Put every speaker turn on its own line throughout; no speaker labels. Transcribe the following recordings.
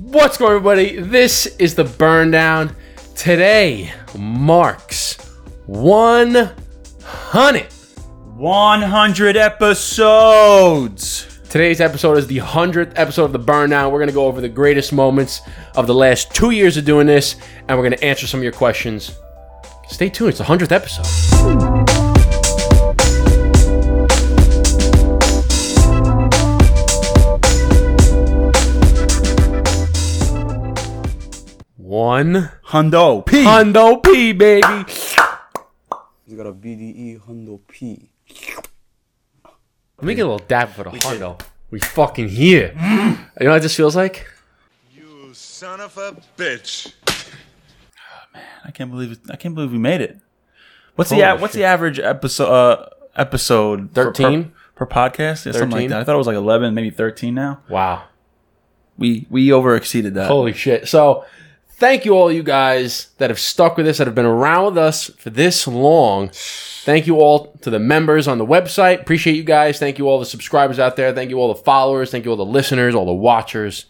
What's going on, everybody? This is the burn down. Today marks 100.
100 episodes.
Today's episode is the 100th episode of the burn down. We're going to go over the greatest moments of the last two years of doing this, and we're going to answer some of your questions. Stay tuned, it's the 100th episode. One
Hundo P.
Hundo P, baby.
You got a BDE E Hundo P.
Let me get a little dab for the Hundo. We fucking here. You know what this feels like?
You son of a bitch.
I can't believe it. I can't believe we made it. What's the a- what's the average episode uh, episode for-
13?
per, per podcast? Yeah,
13?
something like that. I thought it was like 11, maybe 13 now.
Wow.
We we over exceeded that.
Holy shit. So, thank you all you guys that have stuck with us, that have been around with us for this long. Thank you all to the members on the website. Appreciate you guys. Thank you all the subscribers out there. Thank you all the followers. Thank you all the listeners, all the watchers.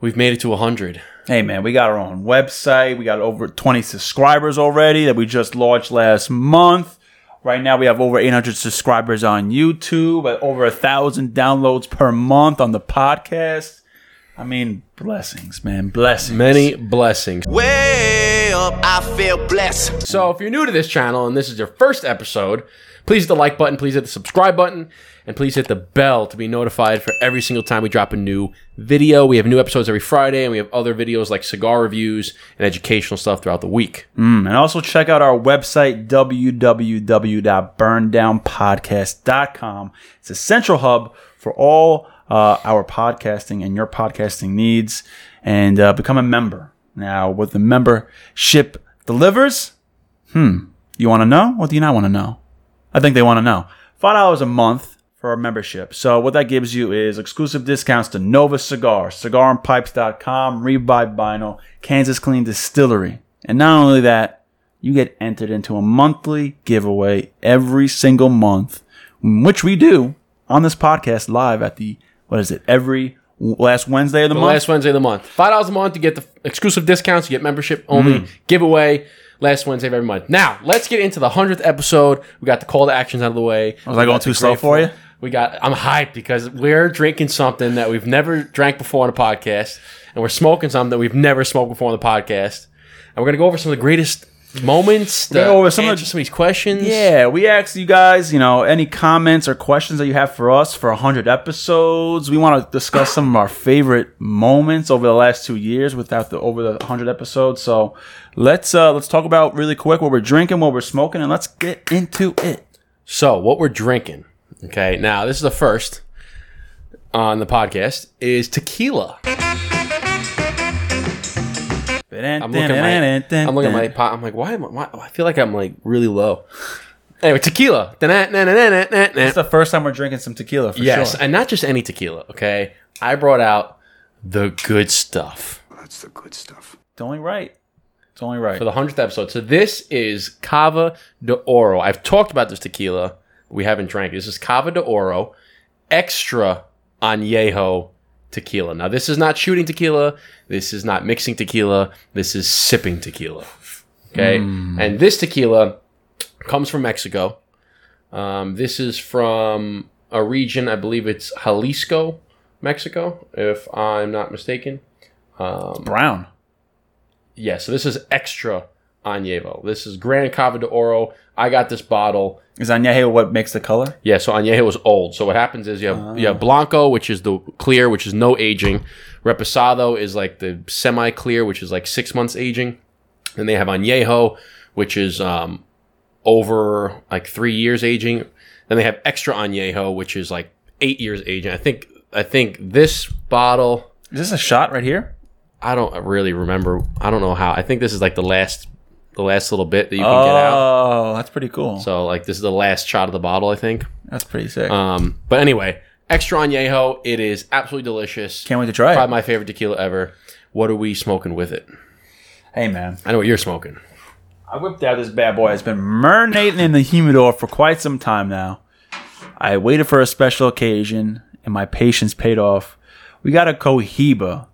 We've made it to 100.
Hey man, we got our own website. We got over 20 subscribers already that we just launched last month. Right now we have over 800 subscribers on YouTube, uh, over a thousand downloads per month on the podcast. I mean, blessings, man, blessings.
Many blessings.
Way up, I feel blessed.
So, if you're new to this channel and this is your first episode, please hit the like button, please hit the subscribe button, and please hit the bell to be notified for every single time we drop a new video. We have new episodes every Friday, and we have other videos like cigar reviews and educational stuff throughout the week.
Mm, And also check out our website, www.burndownpodcast.com. It's a central hub for all uh, our podcasting and your podcasting needs. And uh, become a member. Now, what the membership delivers, hmm, you want to know or do you not want to know? I think they want to know. Five dollars a month for a membership. So what that gives you is exclusive discounts to Nova Cigar, CigarandPipes.com, Revive Vinyl, Kansas Clean Distillery, and not only that, you get entered into a monthly giveaway every single month, which we do on this podcast live at the what is it every last Wednesday of the
The
month.
last Wednesday of the month. Five dollars a month, you get the exclusive discounts, you get membership only
Hmm.
giveaway. Last Wednesday of every month. Now let's get into the hundredth episode. We got the call to actions out of the way.
Was I Oh, going too slow for you?
We got. I'm hyped because we're drinking something that we've never drank before on a podcast, and we're smoking something that we've never smoked before on the podcast. And we're gonna go over some of the greatest moments. We're
gonna go over some of the-
some of these questions.
Yeah, we asked you guys, you know, any comments or questions that you have for us for 100 episodes. We want to discuss some of our favorite moments over the last 2 years without the over the 100 episodes. So, let's uh let's talk about really quick what we're drinking, what we're smoking, and let's get into it.
So, what we're drinking, okay, now this is the first on the podcast, is tequila. I'm looking at my, I'm looking at my pot. I'm like, why am I, why, I feel like I'm like really low. Anyway, tequila.
It's the first time we're drinking some tequila for
Yes,
sure.
and not just any tequila, okay? I brought out the good stuff
That's the good stuff.
It's only right. It's only right.
for the 100th episode. So this is Cava de Oro. I've talked about this tequila. But we haven't drank it. This is Cava de Oro Extra Añejo Tequila. Now, this is not shooting tequila. This is not mixing tequila. This is sipping tequila. Okay? And this tequila comes from Mexico. Um, this is from a region, I believe it's Jalisco, Mexico, if I'm not mistaken.
brown.
Yeah, so this is extra añejo. This is Grand Cava de Oro. I got this bottle.
Is añejo what makes the color?
Yeah, so añejo is old. So what happens is you have, you have blanco, which is the clear, which is no aging. Reposado is like the semi-clear, which is like six months aging. And they have añejo, which is um, over like three years aging. Then they have extra añejo, which is like eight years aging. I think I think this bottle.
Is this a shot right here?
I don't really remember. I don't know how. I think this is like the last, the last little bit that you can get out.
Oh, that's pretty cool.
So like this is the last shot of the bottle, I think.
that's pretty sick.
Um, but anyway, extra añejo. It is absolutely delicious.
Can't wait to try it.
Probably my favorite tequila ever. What are we smoking with it?
Hey man,
I know what you're smoking.
I whipped out this bad boy. It's been marinating in the humidor for quite some time now. I waited for a special occasion, and my patience paid off. We got a Cohiba.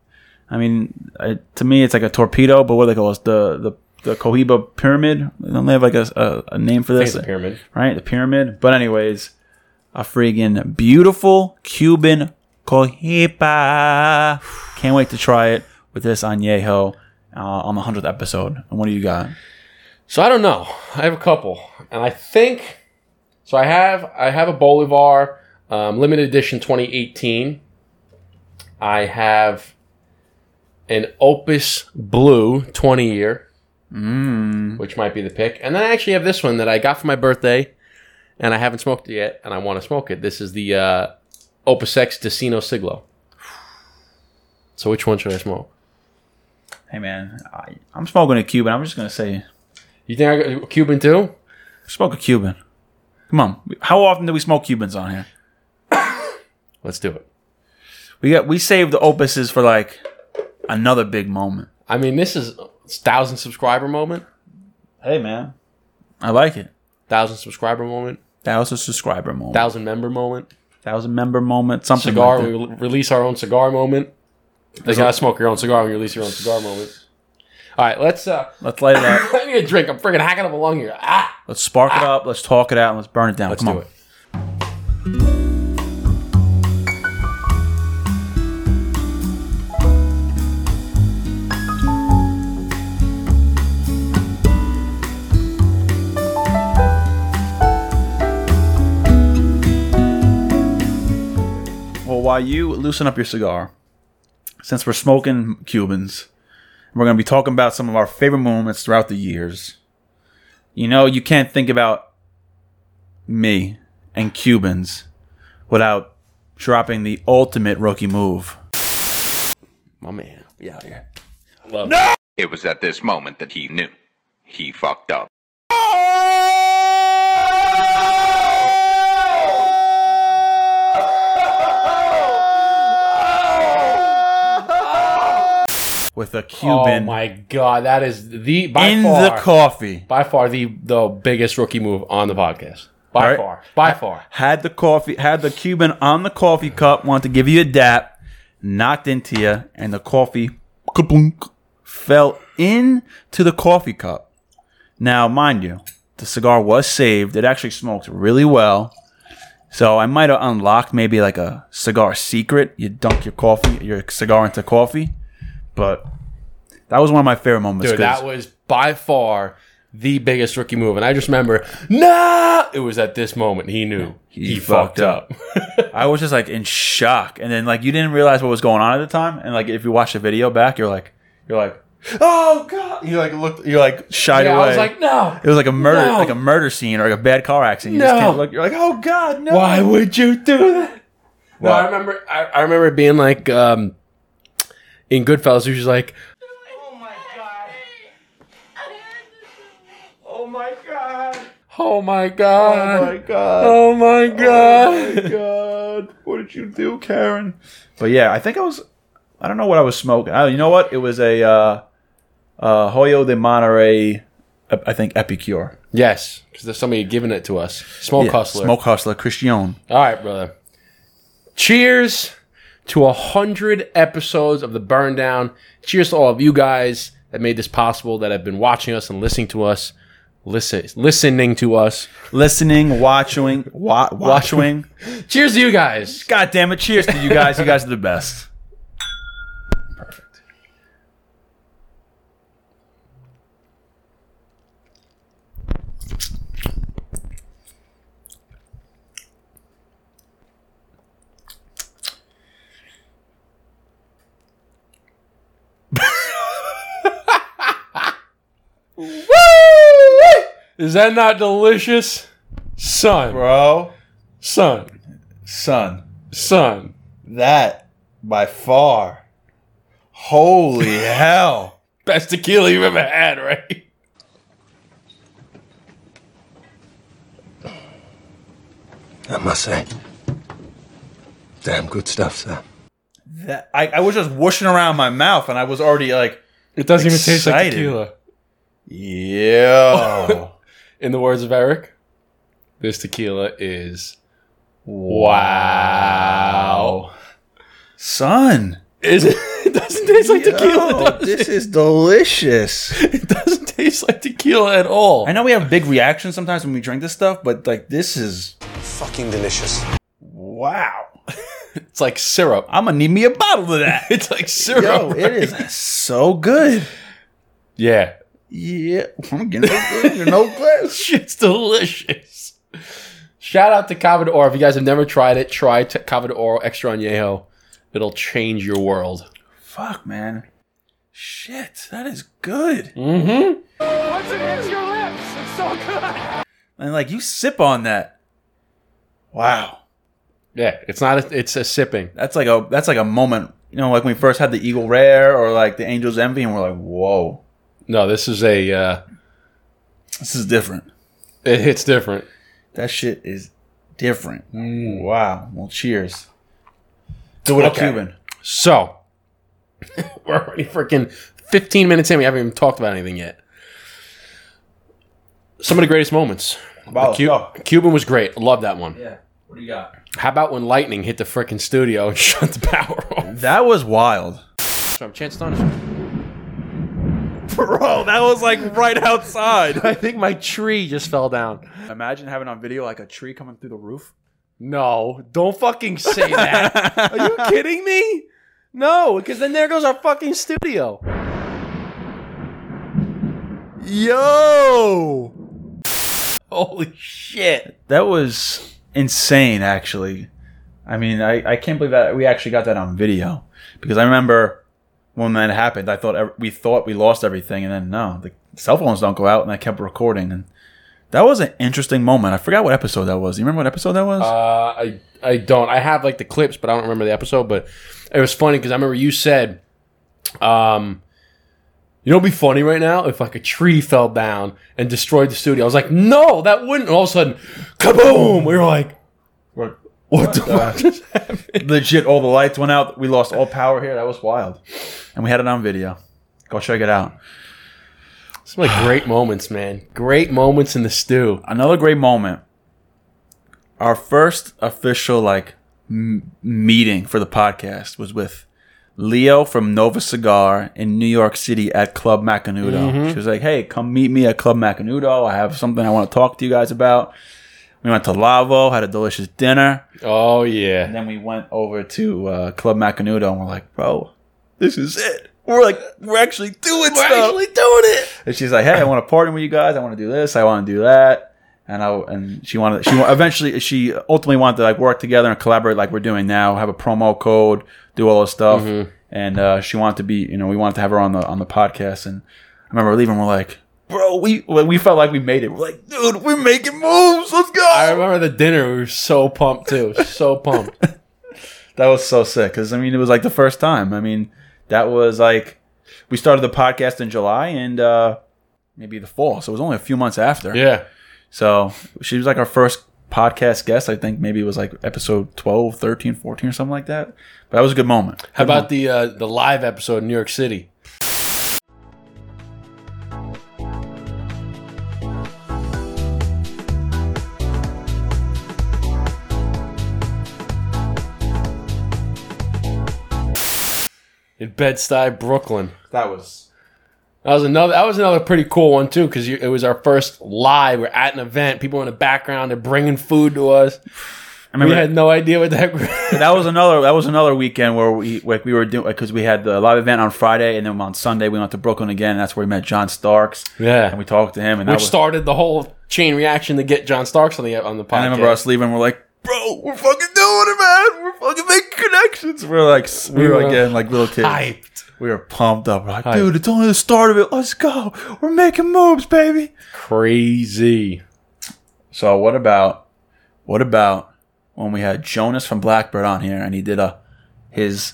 I mean, I, to me, it's like a torpedo, but what do they call it? The the the Cohiba pyramid. Don't they have like a, a, a name for this?
It's a pyramid.
right? The pyramid. But anyways, a friggin' beautiful Cuban cohiba. Can't wait to try it with this añejo uh, on the hundredth episode. And what do you got?
So I don't know. I have a couple, and I think so. I have I have a Bolivar um, limited edition 2018. I have an Opus Blue 20 year, which might be the pick, and then I actually have this one that I got for my birthday, and I haven't smoked it yet, and I want to smoke it. This is the uh, Opus X Decino Siglo. So which one should I smoke?
Hey man, I, I'm smoking a Cuban. I'm just gonna say,
You think I got Cuban too?
smoke a Cuban. Come on, how often do we smoke Cubans on here?
Let's do it.
We got we saved the opuses for like another big moment.
I mean, this is thousand subscriber moment.
Hey man, I like it.
thousand subscriber moment,
That was a subscriber moment. That,
thousand member moment,
was a member moment. Something
cigar.
Like
We
that.
re- release our own cigar moment. They gotta smoke your own cigar when you release your own cigar moment. All right, let's. Uh,
Let's light it up.
I need a drink. I'm freaking hacking up a lung here. Ah,
Let's spark it up. Let's talk it out. And let's burn it down.
let's
Come
do
on.
it.
Well, while you loosen up your cigar, since we're smoking Cubans, we're going to be talking about some of our favorite moments throughout the years. You know, you can't think about me and Cubans without dropping the ultimate rookie move.
My man.
Yeah, yeah.
Love
It was at this moment that he knew. He fucked up.
with a
Oh
Cuban
my god, that is the by
in
far
the coffee.
by far the the biggest rookie move on the podcast. By
All right.
far, by far.
Had the coffee, had the Cuban on the coffee cup, wanted to give you a dap, knocked into you, and the coffee kaplunk, fell into the coffee cup. Now, mind you, the cigar was saved. It actually smoked really well. So I might have unlocked maybe like a cigar secret. You dunk your coffee, your cigar into coffee. But that was one of my favorite moments.
Dude,
'cause-
that was by far the biggest rookie move, and I just remember, nah, it was at this moment he knew he, fucked,
fucked up.
up.
I was just like in shock, and then like you didn't realize what was going on at the time, and like if you watch the video back, you're like, you're like, oh god, you like looked, you like shied
Yeah,
away.
I was like, no.
it was like a murder,
No.
like a murder scene or like a bad car accident. You
No.
just can't look. You're like, oh god, no.
Why would you do that? No, I remember. I, I remember it being like um, in Goodfellas. He was just like, "Oh my god,
god.
Oh oh my god."
god. What did you do, Karen? But yeah, I think I was. I don't know what I was smoking. Oh, you know what? It was a uh, uh, Hoyo de Monterey, I I think Epicure.
Yes, because there's somebody giving it to us. Smoke hustler.
Smoke Hustler, Christian.
All right, brother. Cheers to a hundred episodes of the Burn Down. Cheers to all of you guys that made this possible, that have been watching us and listening to us, listen, listening to us.
listening, watching, wa- watching.
Cheers to you guys.
God damn it! Cheers to you guys. You guys are the best.
Is that not delicious? Son,
Bro,
son,
son,
son.
that by far. Holy hell.
Best tequila you've ever had, right?
I must say. Damn good stuff, sir.
That, I, I was just whooshing around my mouth and I was already like,
It doesn't even taste like
Excited.
tequila.
yeah.
In the words of Eric, this tequila is wow.
Son.
Is it? doesn't taste like tequila.
Oh,
does
this
it?
is delicious.
it doesn't taste like tequila at all.
I know we have big reactions sometimes when we drink this stuff, but like this is
Fucking delicious.
wow.
It's like syrup.
I'm gonna need me a bottle of that.
It's like syrup.
Yo, it is so good.
Yeah.
Yeah, I'm getting no good. There's no glass.
Shit's delicious. Shout out to Cava de Oro. If you guys have never tried it, try t- Cava de Oro Extra Añejo. It'll change your world.
Fuck, man. Shit, that is good.
Mm-hmm.
And like you sip on that. Wow.
Yeah, it's not. A, it's a sipping.
That's like a that's like a moment. You know, like when we first had the Eagle Rare or like the Angel's Envy, and we're like, whoa,
No, this is a. Uh,
this is different.
it hits different.
That shit is different. Mm. Wow. Well, cheers. Do it a
Okay.
Cuban.
So we're already freaking 15 minutes in. We haven't even talked about anything yet. Some of the greatest moments.
Wow,
Cu-
go.
Cuban was great. Love that one.
Yeah. What do you got?
How about when lightning hit the freaking studio and shut the power off?
That was wild.
From Chance Dunn.
Bro, that was like right outside.
I think my tree just fell down.
Imagine having on video like a tree coming through the roof.
No, don't fucking say that. Are you kidding me? No, because then there goes our fucking studio.
Yo!
Holy shit.
That was insane, actually. I mean, I, I can't believe that we actually got that on video because I remember when that happened, I thought ev- we thought we lost everything, and then no, the cell phones don't go out, and I kept recording, and that was an interesting moment. I forgot what episode that was. You remember what episode that was?
Uh, I I don't. I have like the clips, but I don't remember the episode. But it was funny because I remember you said, um, you know, it'd be funny right now if like a tree fell down and destroyed the studio. I was like, no, that wouldn't. And all of a sudden, kaboom! We were like, what, what the fuck just happened?
Legit, all the lights went out. We lost all power here. That was wild, and we had it on video. Go check it out.
Some like great moments, man. Great moments in the stew.
another great moment. Our first official like m- meeting for the podcast was with Leo from Nova Cigar in New York City at Club Macanudo. She was like, "Hey, come meet me at Club Macanudo. I have something I want to talk to you guys about." We went to Lavo, had a delicious dinner,
Oh yeah.
and then we went over to uh, Club Macanudo, and we're like, "Bro, this is it." We're like, we're actually doing
We're
stuff.
actually doing it.
And she's like, "Hey, I want to partner with you guys. I want to do this. I want to do that." And I and she wanted she wa- eventually she ultimately wanted to like work together and collaborate like we're doing now. Have a promo code, do all this stuff,
Mm-hmm.
and uh, she wanted to be you know we wanted to have her on the on the podcast. And I remember leaving. We're like, "Bro, we we felt like we made it. We're like, dude, we're making moves. Let's go."
I remember the dinner. We were so pumped too. So pumped.
That was so sick because I mean it was like the first time. I mean that was like we started the podcast in July and uh, maybe the fall, so it was only a few months after.
yeah.
So she was like our first podcast guest. I think maybe it was like episode 12, 13, 14 or something like that. But that was a good moment.
How about the uh, the live episode in New York City? In Bed Stuy, Brooklyn.
That was
That was another. That was another pretty cool one too, because it was our first live. We're at an event. People in the background. They're bringing food to us.
I
We
remember
had no idea what the heck.
that was another that was another weekend where we like we were doing because we had the live event on Friday and then on Sunday we went to Brooklyn again and that's where we met John Starks
yeah.
and we talked to him and that
which
was,
started the whole chain reaction to get John Starks on the on the podcast.
and I remember us leaving we're like bro we're fucking doing it man we're fucking making connections we're like s- we were
were
again like little kids
hyped.
we were pumped up we're like dude it's only the start of it let's go we're making moves baby
Crazy.
So what about what about when we had Jonas from Blackbird on here and he did a his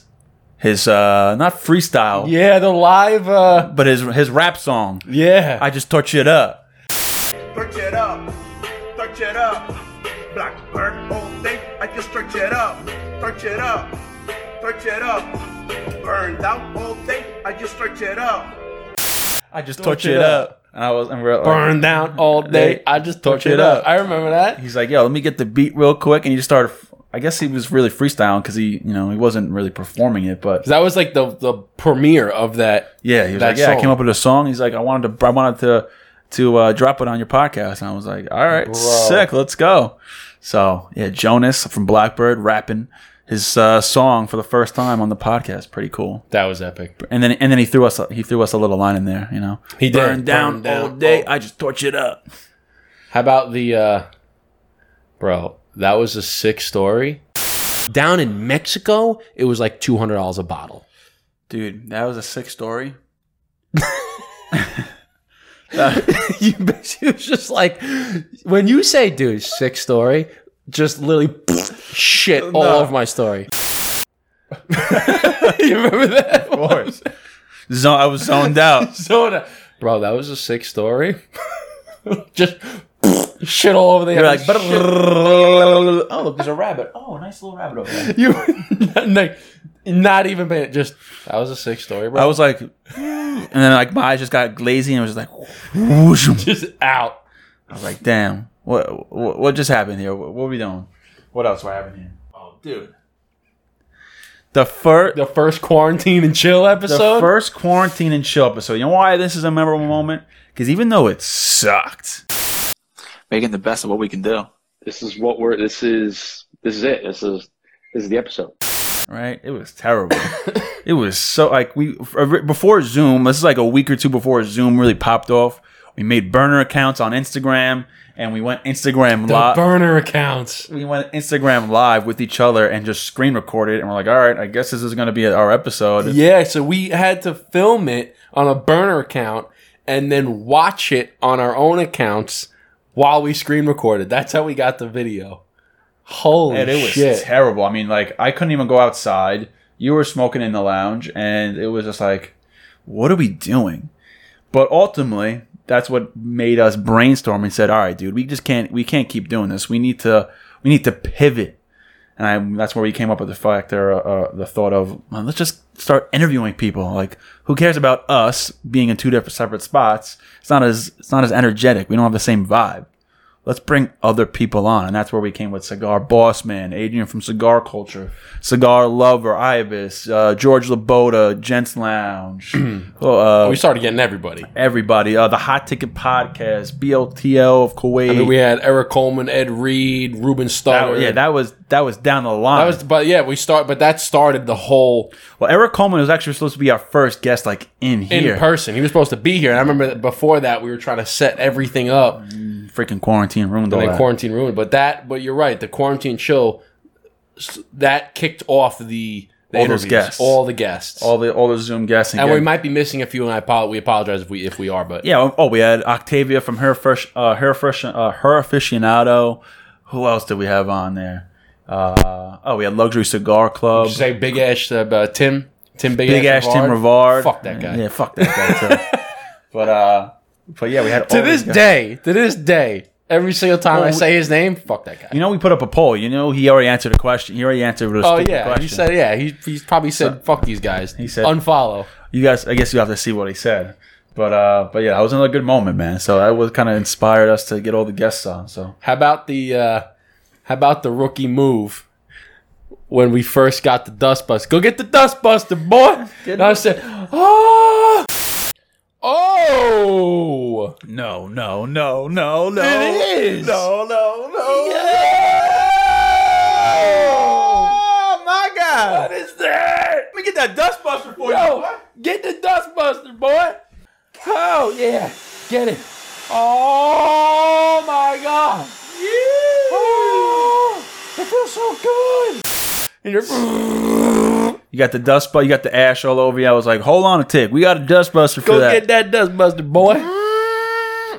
his uh not freestyle
Yeah, the live. uh
but his his rap song.
Yeah,
I just touch it up.
Stretch it up, stretch it up. Blackbird all day, I just stretch it up, stretch it up, stretch it up. Burned out all day, I just stretch it up.
I just touch, it up. And I was and we we're like,
burned down all day.
They
I just torch
torch it
it up.
up.
I remember that.
He's like, yo, let me get the beat real quick and he just started I guess he was really freestyling because he, you know, he wasn't really performing it, but
That was like the the premiere of that.
yeah, he was
that
like, yeah, I
song.
came up with a song. He's like, I wanted to, I wanted to, to uh, drop it on your podcast, and I was like, all right, sick, let's go. So yeah, Jonas from Blackbird rapping his uh, song for the first time on the podcast, pretty cool.
That was epic.
And then and then he threw us a, he threw us a little line in there, you know.
He did.
Burned down,
Burned down
all day. I just torch it up.
How about the uh bro, that was a sick story. Down in Mexico, it was like two hundred dollars a bottle.
Dude, that was a sick story. That-
you she was just like when you say dude, sick story, just literally shit all
No.
over my story. you remember that? Of course.
zo- I was zoned out.
Soda. uh, Bro, that was a sick story. just shit all over the
You're like,
shit.
oh, look, there's a rabbit. Oh, nice little rabbit over there.
You like not even paying. Just that was a sick story, bro.
I was like, and then like my eyes just got glazy and it was just like, whoosh. I
just out.
was like, damn, what what, what just happened here? What, what are we doing? What else what happened here? Oh, dude, the first
The first quarantine and chill
the
episode.
first quarantine and chill episode. You know why this is a memorable moment? Because even though it sucked,
making the best of what we can do.
this is what we're this is this is it this is this is the episode
right? It was terrible. it was so like we before Zoom. This is like a week or two before Zoom really popped off. We made burner accounts on Instagram and we went Instagram
the
live.
burner accounts.
we went Instagram live with each other and just screen recorded, and we're like, all right, I guess this is going to be our episode.
Yeah, so we had to film it on a burner account and then watch it on our own accounts while we screen recorded. That's how we got the video. Holy
And it was
shit!
terrible. I mean, like, I couldn't even go outside. You were smoking in the lounge, and it was just like, what are we doing? But ultimately, that's what made us brainstorm and said, all right, dude, we just can't, we can't keep doing this. We need to, we need to pivot. And I, that's where we came up with the factor, uh, the thought of well, let's just start interviewing people. Like, who cares about us being in two different separate spots? It's not as it's not as energetic. We don't have the same vibe. Let's bring other people on, and that's where we came with Cigar Boss Man, Adrian from Cigar Culture, Cigar Lover, Ibis, uh, George Laboda, Gents Lounge, oh, uh,
we started getting everybody.
everybody, uh, the Hot Ticket Podcast, BLTL of Kuwait.
I mean, we had Eric Coleman, Ed Reed, Ruben Starr.
That- yeah, that was that was down the line.
that was. But yeah, we start. But that started the whole
Well, Eric Coleman was actually supposed to be our first guest, like in
in
here.
person. He was supposed to be here, and I remember that before that we were trying to set everything up, and
Freaking quarantine ruined all
then
that.
quarantine ruined. But that, but you're right, the quarantine show s- that kicked off the, the
All those
interviews,
guests.
all the guests,
all the all the Zoom guests.
and we
again.
might be missing a few. And I apo- we apologize if we if we are, but
yeah. Oh, we had Octavia from her fresh, uh, her fresh, uh, her aficionado. Who else did we have on there? Uh, oh, we had Luxury Cigar Club.
Just say big ash uh, uh, Tim, Tim big,
Big Ash
ash
Tim Rivard.
Fuck that guy.
Yeah, fuck that guy too. but uh, but yeah, we had
To
all
this
these guys.
day, to this day, every single time I say his name, fuck that guy.
You know, we put up a poll. You know, he already answered a question. He already answered a
Oh
stupid
yeah,
question.
he said yeah. He, he probably said fuck these guys. He
said-
unfollow.
you guys i guess you have to see what he said but uh but yeah that was another good moment man so that was kind of inspired us to get all the guests on so
How about the uh, how about the rookie move when we first got the dustbuster? Go get the dustbuster, boy. And I said, oh, oh,
no no no no no
it is.
no no no
Oh,
my
What
god
is that?
let me get that dustbuster for
Yo, get the dustbuster, boy. Oh yeah, get it. Oh my god. Oh, it feels so good. And you're,
you got the dust bu- you got the ash all over you i was like hold on a tick we got a dustbuster for
go
that
get that dustbuster, boy.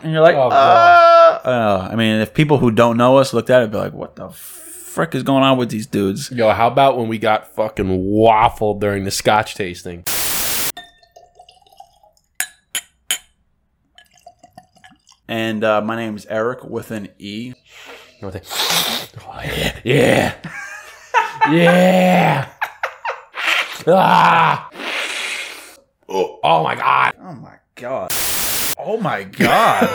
and you're like
Oh, boy.
"Uh," uh, i mean if people who don't know us looked at it and be like what the frick is going on with these dudes
Yo, how about when we got fucking waffled during the scotch tasting?
and uh, my name is eric with an e
You know, they- Oh, yeah. Yeah. yeah. Ah. Oh, oh my God.
oh my god Oh my god.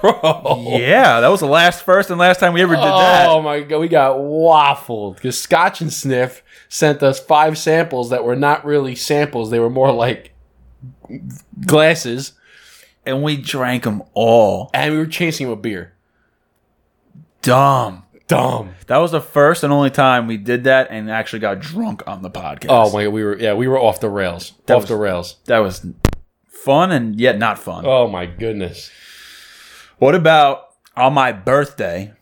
bro.
yeah, that was the last first and last time we ever did that.
Oh my god, we got waffled because Scotch and Sniff sent us five samples that were not really samples; they were more like glasses,
And we drank them all.
and we were chasing them with beer.
Dumb.
Dumb.
That was the first and only time we did that and actually got drunk on the podcast.
Oh my god, we were yeah, we were off the rails, off
was-
the rails.
That was fun and yet not fun.
Oh my goodness.
What about on my birthday?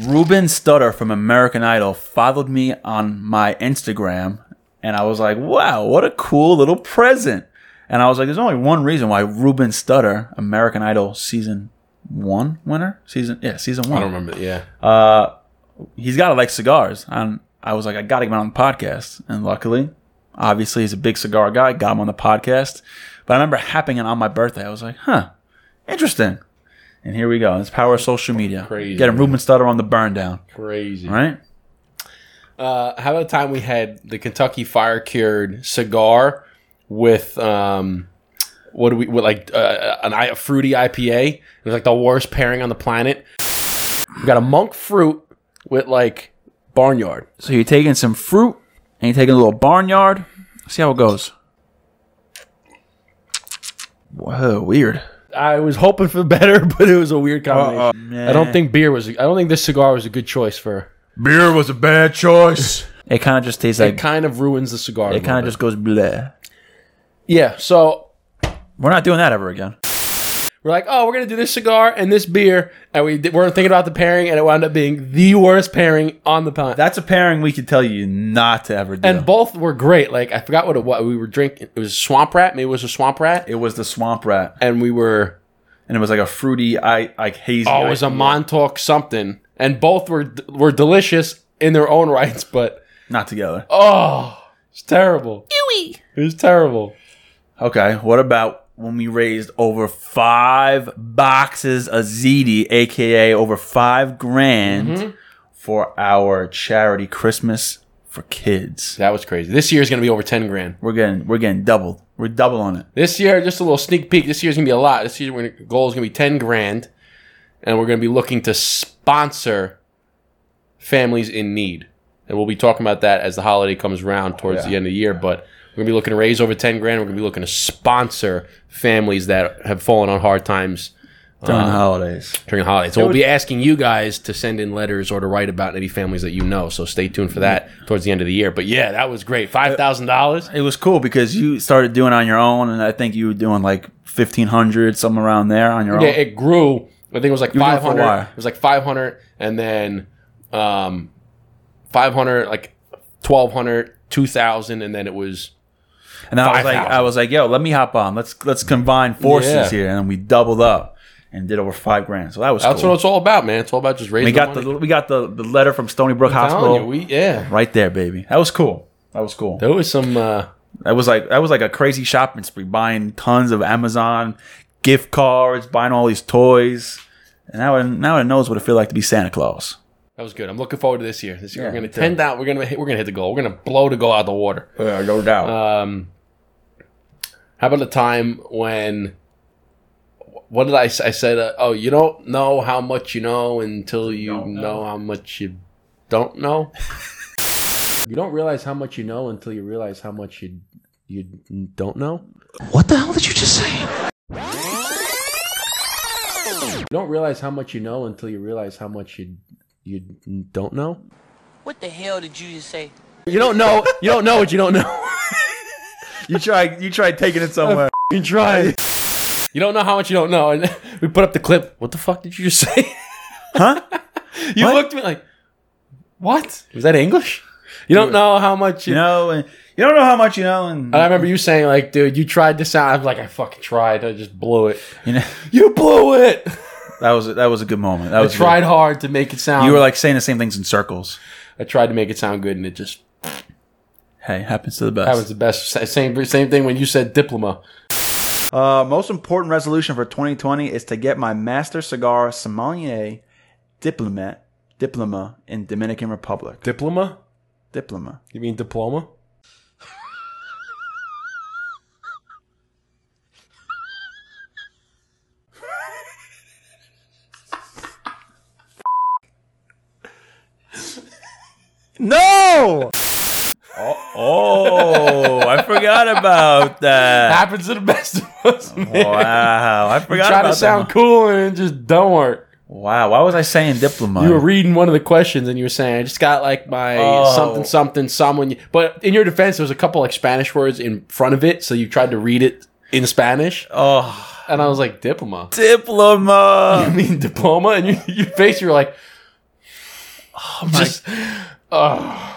Ruben Stutter from American Idol followed me on my Instagram, and I was like, wow, what a cool little present. And I was like, there's only one reason why Ruben Stutter, American Idol season one winner? Season, yeah, season one.
I don't remember. Yeah,
He's got to like cigars. And I was like, I got to get him on the podcast. And luckily, obviously, he's a big cigar guy, got him on the podcast. But I remember happening on my birthday. I was like, huh, interesting. And here we go. It's power of social media.
Crazy,
Get him Ruben Stutter on the burn down,
crazy.
right?
Uh, how about the time we had the Kentucky fire cured cigar with um, what do we with like uh, an I, a fruity IPA? It was like the worst pairing on the planet. We got a monk fruit with like barnyard.
So you're taking some fruit and you're taking a little barnyard. See how it goes. Whoa, weird.
I was hoping for better, but it was a weird combination. I don't think beer was. I don't think this cigar was a good choice for.
Beer was a bad choice. it kind of just tastes
It
like,
kind of ruins the cigar. a
it kind
little
of
bit.
just goes bleh.
yeah. So
We're not doing that ever again.
We're like, oh, we're gonna do this cigar and this beer, and we did, weren't thinking about the pairing, and it wound up being the worst pairing on the planet.
That's a pairing we could tell you not to ever do.
and both were great. Like I forgot what it was. We were drinking. It was Swamp Rat. Maybe it was a Swamp Rat,
it was the swamp rat,
and we were.
and it was like a fruity, I like hazy.
Oh, it was a
IPA.
Montauk something, and both were were delicious in their own rights, but
not together.
oh, it's terrible. It was terrible.
Okay, what about when we raised over five boxes of ZD, aka over five grand,
Mm-hmm.
for our charity Christmas for kids?
That was crazy. This year is gonna be over ten grand.
We're getting we're getting doubled. We're double on it.
This year, just a little sneak peek. This year's gonna be a lot. This year, we're gonna, goal is gonna be ten grand, and we're gonna be looking to sponsor families in need. And we'll be talking about that as the holiday comes around towards the end of the year. But we're gonna be looking to raise over ten grand. We're gonna be looking to sponsor families that have fallen on hard times
During the holidays.
during the holidays. So we'll be asking you guys to send in letters or to write about any families that you know. So stay tuned for that towards the end of the year. But yeah, that was great. Five thousand dollars.
It was cool because you started doing it on your own, and I think you were doing like fifteen hundred, something around there on your
Yeah,
own.
it grew. I think it was like
You were doing it
five
for a
hundred.
while.
It was like five hundred, and then um, five hundred, like 1,200, 2,000, and then it was
And I was like,
5,000.
I was like, yo, let me hop on. Let's let's combine forces
Yeah.
here, and we doubled up and did over five grand. So that was
that's
cool.
what it's all about, man. It's all about just raising.
we got
money.
the we got the, the letter from Stony Brook
I'm telling
Hospital
you, we yeah.
right there, baby. That was cool. That was cool.
There was some. Uh,
That was like that was like a crazy shopping spree, buying tons of Amazon gift cards, buying all these toys. And now it, now it knows what it feels like to be Santa Claus.
that was good. I'm looking forward to this year. This year
Yeah,
we're gonna
me too.
ten down. We're gonna hit, we're gonna hit the goal. We're gonna blow the goal out of the water.
Yeah, no doubt.
Um, how about the time when? What did I say? I said, uh, "Oh, you don't know how much you know until you know. how much you don't know." you don't realize how much you know until you realize how much you you don't know. What the hell did you just say? You don't realize how much you know until you realize how much you you don't know.
What the hell did you just say?
You don't know. You don't know what you don't know.
you try you try taking it somewhere.
You try. You don't know how much you don't know, and we put up the clip. What the fuck did you just say?
Huh?
you
What?
looked at me like, what? Was that English? You don't know how much you
You
know.
know, and you don't know how much you know and
And I remember you saying like, dude, you tried this out. I'm like, I fucking tried. I just blew it.
you know
You blew it.
that was that was a good moment. That
I
was good.
tried hard to make it sound.
You were like saying the same things in circles.
I tried to make it sound good, and it just
Hey, happens to the best.
that was the best. Same same thing when you said diploma.
Uh, most important resolution for 2020 is to get my master cigar sommelier diplomat diploma in Dominican Republic.
Diploma?
diploma.
You mean diploma?
No.
Oh, oh, I forgot about that.
Happens to the best of us. Man.
Wow, I forgot
Try
about
to
that
sound
one.
cool and it just don't work.
Wow, why was I saying diplomat?
You were reading one of the questions and you were saying, I just got like my
Oh.
something, something, someone. But in your defense, there was a couple like Spanish words in front of it, so you tried to read it in Spanish.
Oh,
And I was like, diploma.
diploma.
I mean, diploma? And you, your face, you were like, oh my. Just, oh.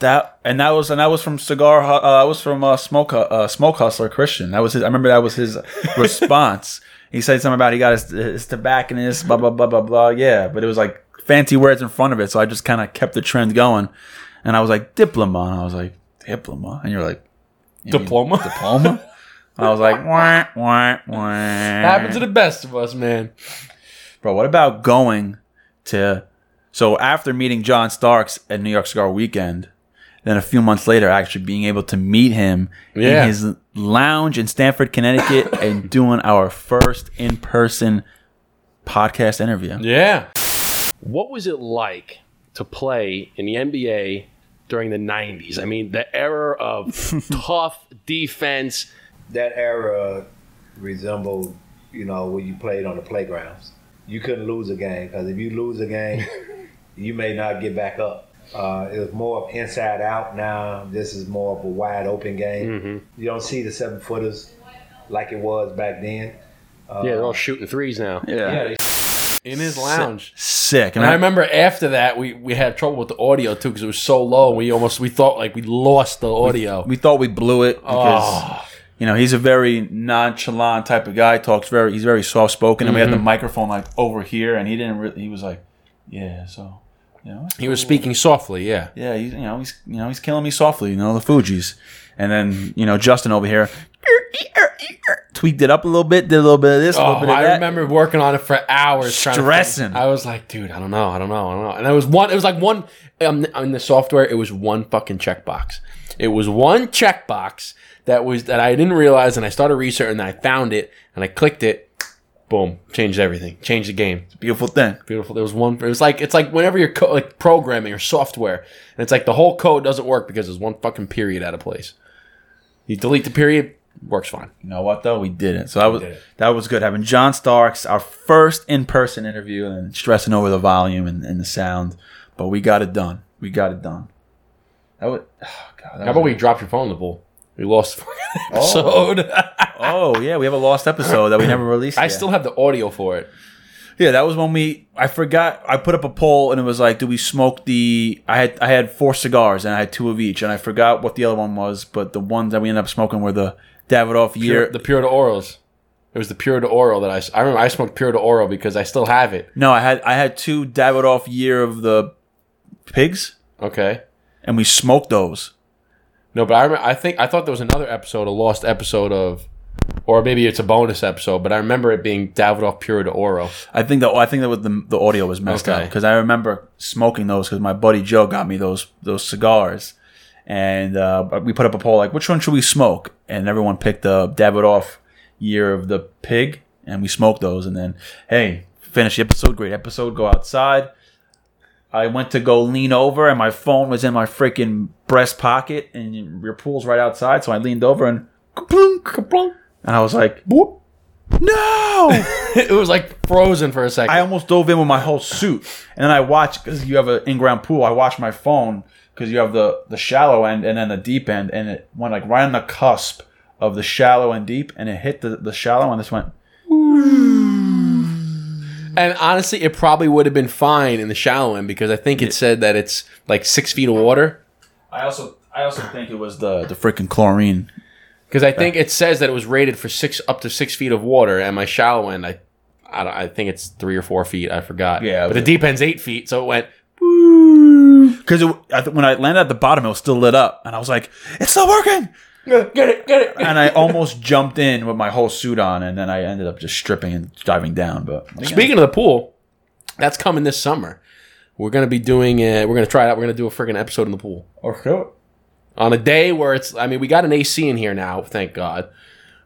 That and that was and that was from cigar. Hu- Uh, I was from uh, smoke Hu- uh, smoke hustler Christian. That was his. I remember that was his response. He said something about he got his, his tobacconist. Blah blah blah blah blah. Yeah, but it was like fancy words in front of it. So I just kind of kept the trend going, and I was like diploma, and I was like diploma, and you're like you mean
Diploma?
diploma. and I was like wah wah wah.
Happened to the best of us, man.
Bro, what about going to so after meeting John Starks at New York Cigar Weekend, then a few months later actually being able to meet him
Yeah.
in his lounge in Stamford, Connecticut and doing our first in-person podcast interview.
Yeah.
What was it like to play in the NBA during the 90s? I mean, the era of tough defense.
that era resembled, you know, when you played on the playgrounds. You couldn't lose a game because if you lose a game, you may not get back up. Uh, it was more of inside out now. This is more of a wide open game. You don't see the seven footers like it was back then. Uh,
yeah, they're all shooting threes now.
Yeah.
In his lounge.
Sick.
And I remember after that we, we had trouble with the audio too because it was so low. We almost we thought like we lost the audio.
We thought we blew it because
Oh.
you know he's a very nonchalant type of guy. Talks very he's very soft spoken, and we had the
Mhm.
microphone like over here, and he didn't really. He was like, yeah, so you know.
he was speaking softly. Yeah,
yeah, he's, you know, he's you know, he's killing me softly, you know, the Fugees. And then, you know, Justin over here tweaked it up a little bit, did a little bit of this, a little
Oh,
bit of
I
that.
remember working on it for hours. trying to figure-
Stressing.
I was like, dude, I don't know, I don't know, I don't know. And it was one. It was like one um, in the software. It was one fucking checkbox. It was one checkbox that was that I didn't realize, and I started researching. And I found it, and I clicked it. Boom! Changed everything. Changed the game.
Beautiful thing.
Beautiful. There was one. It was like it's like whenever you're co- like programming or software, and it's like the whole code doesn't work because there's one fucking period out of place. You delete the period, works fine.
You know what though? We did it. So that was that was good. Having John Starks, our first in person interview and stressing over the volume and, and the sound. But we got it done. We got it done. That would oh god. that
How about
was-
we dropped your phone in the pool? Uh-huh. We lost the fucking episode.
Oh yeah, we have a lost episode that we never released.
I
yet.
still have the audio for it.
Yeah, that was when we. I forgot. I put up a poll and it was like, "Do we smoke the?" I had I had four cigars and I had two of each, and I forgot what the other one was. But the ones that we ended up smoking were the Davidoff
Pure,
year.
the Pure to Orals. It was the Pure to Oral that I. s- I remember I smoked Pure to Oral because I still have it.
no, I had I had two Davidoff year of the pigs,
Okay.
and we smoked those.
No, but I remember, I think I thought there was another episode, a lost episode of, or maybe it's a bonus episode. But I remember it being Davidoff Pure to Oro.
I think the I think that was the the audio was messed up
Okay.
because I remember smoking those because my buddy Joe got me those those cigars, and uh, we put up a poll like which one should we smoke, and everyone picked the Davidoff Year of the Pig, and we smoked those, and then hey, finish the episode, great episode, go outside. I went to go lean over, and my phone was in my freaking breast pocket, and your pool's right outside, so I leaned over and kaplunk, kaplunk, and I was like, Whoop. no.
it was like frozen for a second.
I almost dove in with my whole suit, and then I watched because you have an in-ground pool. I watched my phone because you have the the shallow end and then the deep end, and it went like right on the cusp of the shallow and deep, and it hit the the shallow and this went.
And honestly, it probably would have been fine in the shallow end because I think it said that it's like six feet of water.
I also I also think it was the the freaking chlorine.
Because I think it says that it was rated for six up to six feet of water, and my shallow end, I, I, don't- I think it's three or four feet. I forgot.
Yeah,
but the
but-
deep end's eight feet, so it went.
Because when I landed at the bottom, it was still lit up, and I was like, "It's still working!"
Get it, get it.
And I almost jumped in with my whole suit on, and then I ended up just stripping and diving down. But
Speaking of the pool, that's coming this summer. We're gonna be doing it. We're gonna try it out. We're gonna do a friggin' episode in the pool
okay.
on a day where it's. I mean, we got an AC in here now, thank God.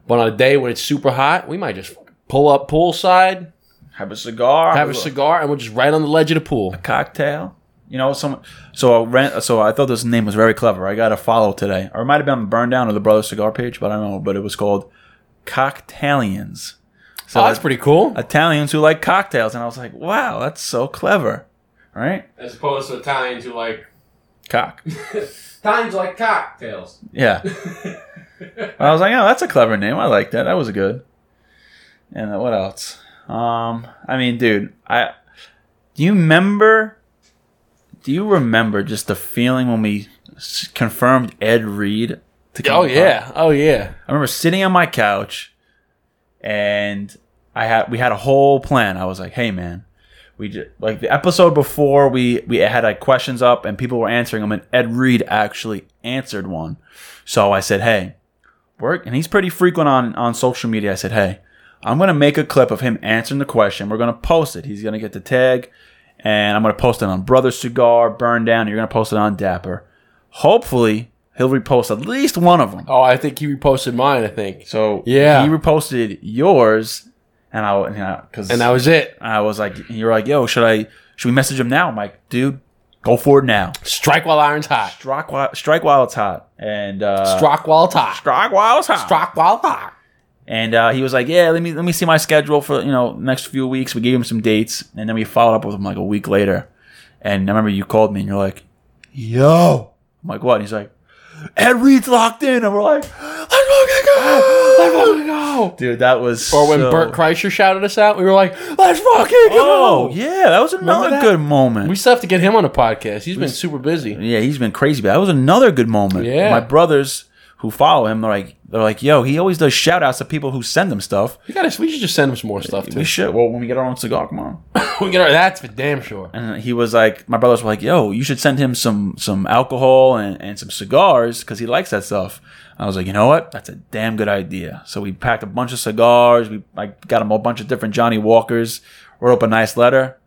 But on a day when it's super hot, we might just pull up poolside,
have a cigar,
have a cigar, and we're just right on the ledge of the pool.
cocktail. You know, some so I ran, so I thought this name was very clever. I got a follow today, or it might have been Burn Down or the Brother Cigar page, but I don't know. But it was called Cocktailians.
Oh, that's pretty cool.
Italians who like cocktails, and I was like, wow, that's so clever, right?
As opposed to Italians who like
Cock.
Italians like cocktails.
Yeah. I was like, oh, that's a clever name. I like that. That was good. And then what else? Um, I mean, dude, I do you remember? Do you remember just the feeling when we s- confirmed Ed Reed? To
Oh
on?
yeah. Oh yeah.
I remember sitting on my couch, and I had we had a whole plan. I was like, "Hey, man, we just, like the episode before we we had like questions up and people were answering them, and Ed Reed actually answered one. So I said, "Hey, work," and he's pretty frequent on on social media. I said, "Hey, I'm gonna make a clip of him answering the question. We're gonna post it. He's gonna get the tag." And I'm gonna post it on Brother Cigar, Burn Down. And you're gonna post it on Dapper. Hopefully, he'll repost at least one of them.
Oh, I think he reposted mine. I think
so.
Yeah.
he reposted yours, and I and I, cause
And that was it.
I was like, and you were like, yo, should I should we message him now? I'm like, dude, go for it now.
Strike while iron's hot.
Strike while strike while it's hot, and uh,
Strike while it's hot.
strike while it's hot.
Strike while it's hot.
And uh, he was like, yeah, let me let me see my schedule for you know next few weeks. We gave him some dates, and then we followed up with him like a week later. And I remember you called me, and you're like, yo, I'm like, what? And he's like, Ed Reed's locked in, and we're like, let's fucking go, let's fucking go, dude. That was
Or when
Oh, so-
Bert Kreischer shouted us out, we were like, "Let's fucking
Oh
go!"
yeah, that was
Remember
another
that?
good moment.
We still have to get him on a podcast. He's been super busy.
yeah, he's been crazy, but that was another good moment.
Yeah.
my brothers who follow him, they're like, they're like, yo, he always does shout outs to people who send him stuff.
We got. to We should just send him some more stuff too.
We should. Well, when we get our own cigar, come on.
We get our- that's for damn sure.
And he was like, my brothers were like, yo, you should send him some some alcohol and, and some cigars because he likes that stuff. I was like, you know what? That's a damn good idea. So we packed a bunch of cigars. We I got him a bunch of different Johnny Walkers. Wrote up a nice letter,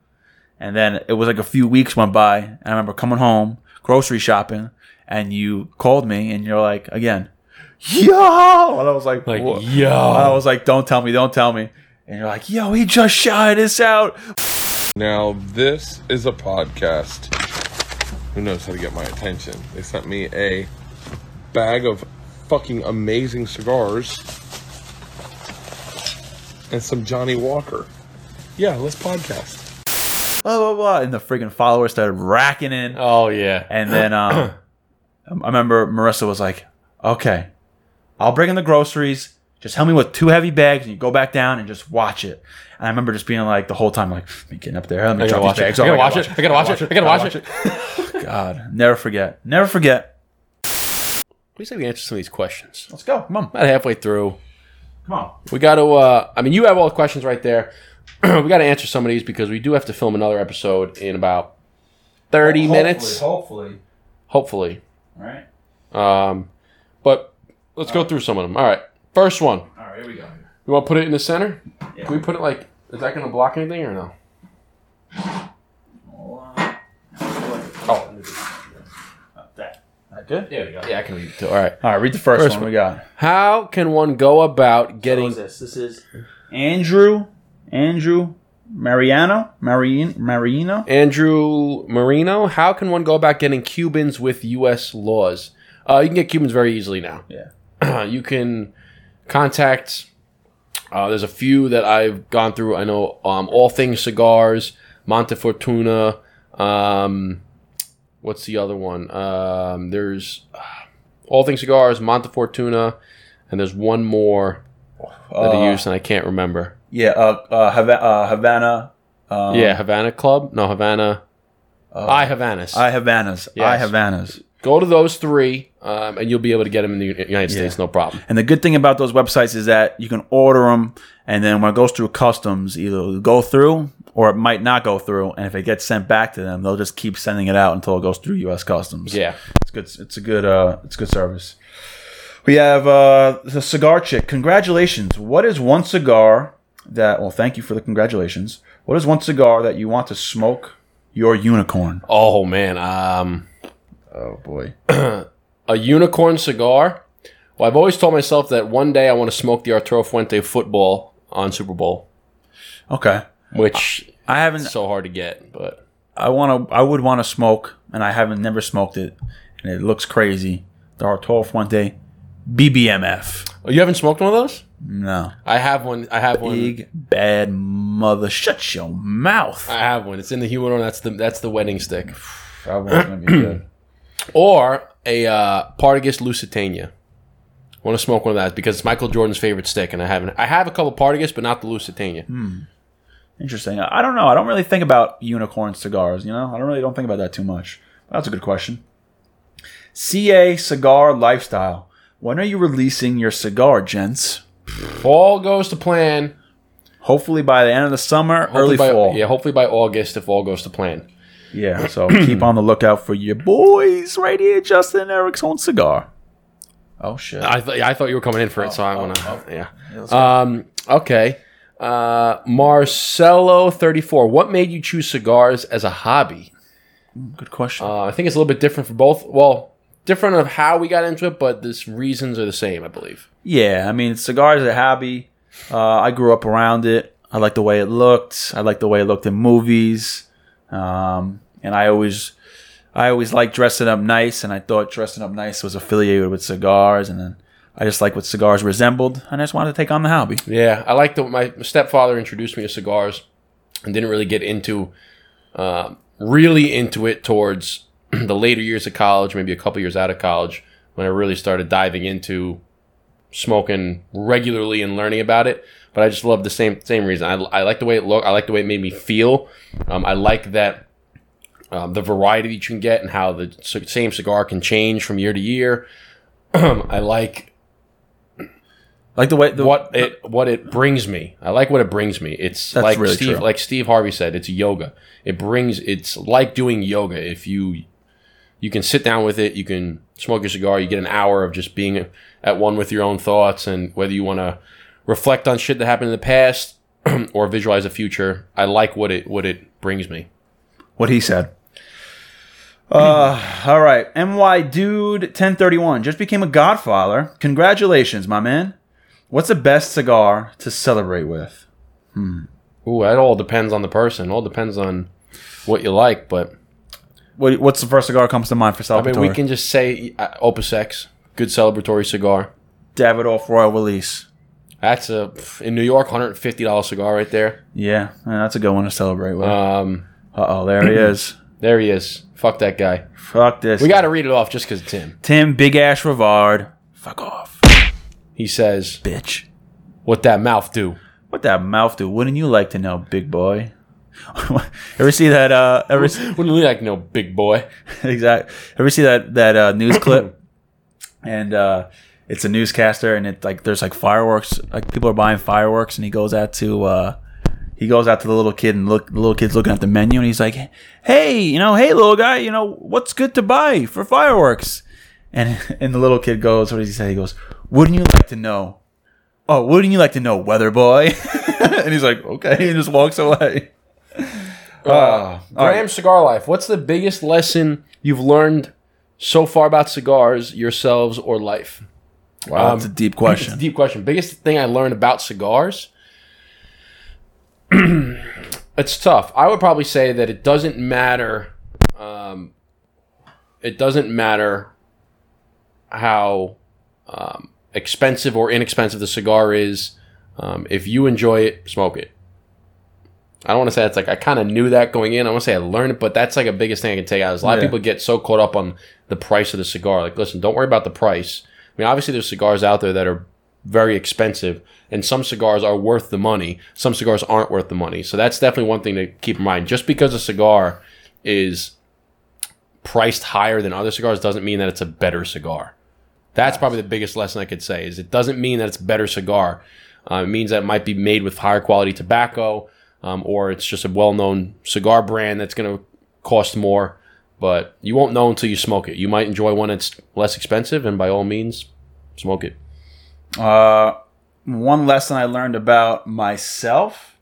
and then it was like a few weeks went by. And I remember coming home, grocery shopping, and you called me, and you're like, again, yo, and I was like,
Like,
"What?"
yo.
I was like, don't tell me, don't tell me, and you're like, yo, he just shouted us out.
Now, this is a podcast. Who knows how to get my attention? They sent me a bag of fucking amazing cigars and some Johnny Walker. Yeah, let's podcast.
blah blah blah, and the freaking followers started racking in.
Oh yeah.
And then um, I remember Marissa was like, "Okay, I'll bring in the groceries. Just help me with two heavy bags, and you go back down and just watch it." And I remember just being like the whole time, like me getting up there, let me
I gotta
drop
watch
these
it.
bags.
I
Oh,
gotta watch it. I gotta watch it. I gotta watch it.
God, never forget, never forget.
We say we answer some of these questions.
Let's go, come on,
About halfway through,
come on.
we got to. Uh, I mean, you have all the questions right there. we got to answer some of these because we do have to film another episode in about thirty minutes,
hopefully,
hopefully.
All right.
Um, but let's go through some of them. All right, first one.
All right, here we go.
You want to put it in the center? Can we put it like? Is that going to block anything or no? Oh.
That, that good?
Yeah, we go. Yeah, I can read it too. All right.
All right, read the first,
First
one,
one.
we got.
How can one go about getting?
this? This is Andrew, Andrew Mariano, Marin, Marino.
Andrew Marino, how can one go about getting Cubans with U.S. laws? Uh, you can get Cubans very easily now. Yeah. you can contact. Uh, there's a few that I've gone through. I know um, All Things Cigars, Monte Fortuna. Um, what's the other one? Um, there's uh, All Things Cigars, Monte Fortuna, and there's one more that I
Uh,
used and I can't remember.
Yeah, uh, uh, Havana, uh, Havana. Um, uh,
yeah, Havana Club? No, Havana. I Havanas.
I Havanas. I
Yes.
Havanas.
Go to those three, um, and you'll be able to get them in the U- United States, no problem.
And the good thing about those websites is that you can order them, and then when it goes through customs, either it'll go through or it might not go through. And if it gets sent back to them, they'll just keep sending it out until it goes through U.S. customs.
Yeah.
it's good. It's a good. Uh, it's good service. We have uh, the cigar chick. Congratulations. What is one cigar that? Well, thank you for the congratulations. What is one cigar that you want to smoke your unicorn?
Oh man, um,
Oh boy.
a unicorn cigar. Well, I've always told myself that one day I want to smoke the Arturo Fuente football on Super Bowl,
Okay.
which
I haven't.
is so hard to get. But
I want to. I would want to smoke, and I haven't never smoked it, and it looks crazy. The Artol Fuente BBMF.
Oh, you haven't smoked one of those?
No.
I have one. I have one.
Big bad mother. Shut your mouth.
I have one. It's in the humidor. That's the that's the wedding stick.
That one's gonna be good.
Or a uh, Partagas Lusitania. Want to smoke one of those because it's Michael Jordan's favorite stick, and I haven't. I have a couple Partagas, but not the Lusitania.
Hmm. Interesting. I I don't know. I don't really think about unicorn cigars. You know, I don't really don't think about that too much. That's a good question. CA cigar lifestyle. When are you releasing your cigar, gents?
Fall goes to plan.
Hopefully by the end of the summer,
Hopefully
early
by,
fall.
Yeah, hopefully by August if all goes to plan.
Yeah, so keep on the lookout for your boys right here, Justin and Eric's own cigar. Oh shit!
I, th- I thought you were coming in for it, so I want to. Oh, yeah. Um, okay. Uh, Marcelo thirty four. What made you choose cigars as a hobby?
Good question.
Uh, I think it's a little bit different for both. Well, different of how we got into it, but the reasons are the same, I believe.
Yeah, I mean, cigars are a hobby. Uh, I grew up around it. I like the way it looked. I like the way it looked in movies. Um, and I always, I always liked dressing up nice. And I thought dressing up nice was affiliated with cigars. And then I just like what cigars resembled. And I just wanted to take on the hobby.
Yeah, I like the my stepfather introduced me to cigars, and didn't really get into, uh, really into it towards the later years of college, maybe a couple years out of college, when I really started diving into smoking regularly and learning about it. But I just love the same same reason. I, I like the way it looked. I like the way it made me feel. Um, I like that um, the variety that you can get and how the c- same cigar can change from year to year. I like
Like the way the,
what it what it brings me. I like what it brings me. It's
That's
like
really
Steve
true.
like Steve Harvey said, it's yoga. It brings it's like doing yoga. If you you can sit down with it, you can smoke your cigar, you get an hour of just being at one with your own thoughts and whether you want to reflect on shit that happened in the past or visualize the future. I like what it what it brings me.
what he said. Uh, all right. My dude, 1031 just became a godfather. Congratulations, my man. What's the best cigar to celebrate with? Hmm.
Ooh, that all depends on the person. All depends on what you like, but
What, what's the first cigar comes to mind for
I
celebratory?
mean, we can just say uh, Opus X, good celebratory cigar.
Davidoff Royal Release.
That's a pff, in New York, hundred and fifty dollar cigar right there.
Yeah, man, that's a good one to celebrate with.
Um,
uh oh, there he is.
There he is. Fuck that guy.
Fuck this.
We got to read it off just because it's him.
Tim Big Ash Rivard. Fuck off,
He says,
bitch.
"What that mouth do?"
What that mouth do? Wouldn't you like to know, big boy? ever see that? Uh, ever s-
Wouldn't we like no big boy?
exact. Ever see that that uh, news clip? and uh, it's a newscaster, and it like there's like fireworks. Like people are buying fireworks, and he goes out to uh, he goes out to the little kid, and look the little kid's looking at the menu, and he's like, "Hey, you know, hey little guy, you know, what's good to buy for fireworks?" And and the little kid goes, "What does he say?" He goes, "Wouldn't you like to know?" Oh, wouldn't you like to know, weather boy? and he's like, okay, and just walks away.
Uh,
all
Graham Cigar Life. What's the biggest lesson you've learned so far about cigars, yourselves, or life?
Wow,
Um,
that's a deep question.
It's a deep question. Biggest thing I learned about cigars. it's tough. I would probably say that it doesn't matter. Um, it doesn't matter how um, expensive or inexpensive the cigar is. Um, if you enjoy it, smoke it. I don't want to say it's like I kind of knew that going in. I want to say I learned it, but that's like a biggest thing I can take out. Is a lot of
Yeah.
people get so caught up on the price of the cigar. Like, listen, don't worry about the price. I mean, obviously, there's cigars out there that are very expensive, and some cigars are worth the money. Some cigars aren't worth the money. So that's definitely one thing to keep in mind. Just because a cigar is priced higher than other cigars doesn't mean that it's a better cigar. That's probably the biggest lesson I could say is it doesn't mean that it's a better cigar. Uh, it means that it might be made with higher quality tobacco, um, or it's just a well-known cigar brand that's going to cost more. But you won't know until you smoke it. You might enjoy one that's less expensive, and by all means, smoke it.
Uh, one lesson I learned about myself.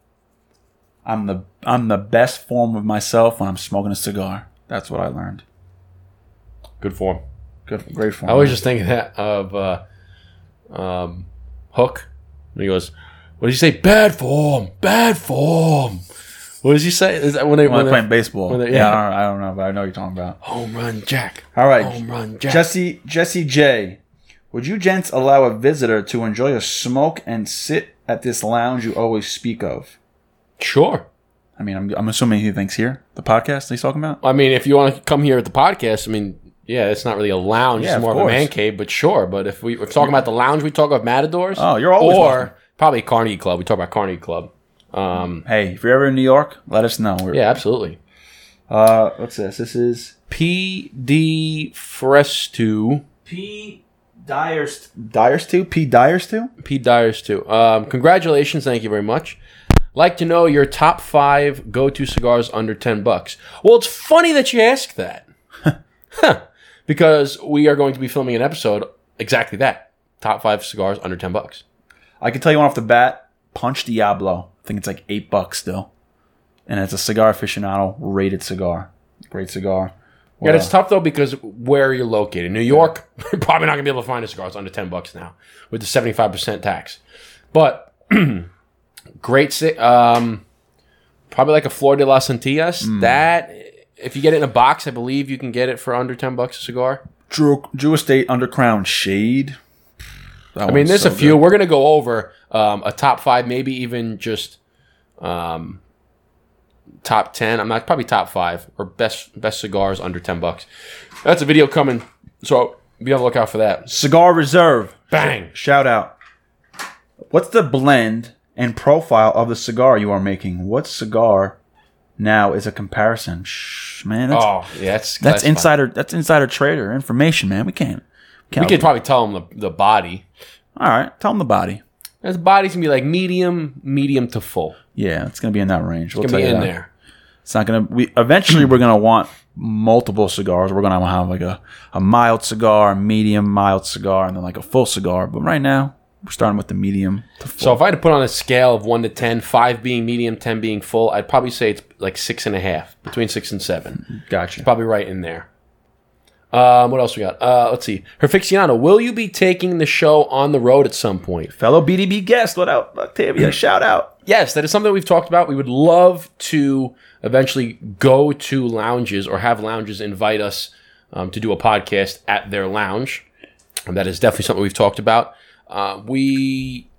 I'm the I'm the best form of myself when I'm smoking a cigar. That's what I learned.
Good form.
Good, great form.
I was just thinking that of uh, um, Hook. When he goes, "What did he say? Bad form, bad form." What did you say? Is that when they
When they're
they-
playing baseball.
when they-
yeah, I, don't, I don't know, but I know what you're talking about.
Home run, Jack.
All right.
Home run, Jack.
Jesse Jesse J. Would you gents allow a visitor to enjoy a smoke and sit at this lounge you always speak of?
Sure.
I mean, I'm, I'm assuming he thinks here the podcast he's talking about.
I mean, if you want to come here at the podcast, I mean, yeah, it's not really a lounge;
Yeah,
it's
of
more of, a
course.
man cave. But sure, but if we if we're talking about the lounge, we talk about Matadors.
Oh, you're always
or
welcome.
probably Carnegie Club. We talk about Carnegie Club. Um,
Hey, if you're ever in New York, let us know. We're-
yeah, absolutely.
Uh, what's this? This is
P. D. Frestu.
P. Dyer's Dyer's two. P. Dyer's two.
P. Dyers too. Um, congratulations, thank you very much. Like to know your top five go-to cigars under ten bucks. Well, it's funny that you ask that, Huh. because we are going to be filming an episode exactly that: top five cigars under ten bucks.
I can tell you one off the bat. Punch Diablo. I think it's like eight bucks still, and it's a cigar aficionado rated cigar. Great cigar.
Yeah,
What
it's tough though because where you're located. New York, you're probably not gonna be able to find a cigar. It's under ten bucks now with the seventy five percent tax. But great, ci- um, probably like a Flor de las Antillas. That if you get it in a box, I believe you can get it for under ten bucks a cigar.
Drew, Drew Estate Undercrown Shade. That
I mean,
one's
there's
so
a few.
good.
We're gonna go over um, a top five, maybe even just um, top ten. I'm not probably top five or best best cigars under ten bucks. That's a video coming, so be on the lookout for that.
Cigar Reserve.
Bang!
Shout out. What's the blend and profile of the cigar you are making? What cigar now is a comparison? Shh, man, that's,
oh, yeah, that's
that's
fine.
insider. That's insider trader information, man. We can't.
We could probably tell them the, the body.
All right, tell them the body.
His body's gonna be like medium, medium to full.
Yeah, it's gonna be in that range. We'll
It's
tell
gonna be
you
in
that.
there.
It's not gonna. We eventually we're gonna want multiple cigars. We're gonna have like a a mild cigar, medium mild cigar, and then like a full cigar. But right now we're starting with the medium. To full.
So if I had to put on a scale of one to ten, five being medium, ten being full, I'd probably say it's like six and a half, between six and seven.
Gotcha.
Probably right in there. Um, what else we got? Uh, let's see. Herfixiano, will you be taking the show on the road at some point?
Fellow BDB guest, what up, Octavia? Shout out.
Yes, that is something we've talked about. We would love to eventually go to lounges or have lounges invite us um, to do a podcast at their lounge. And that is definitely something we've talked about. Uh, we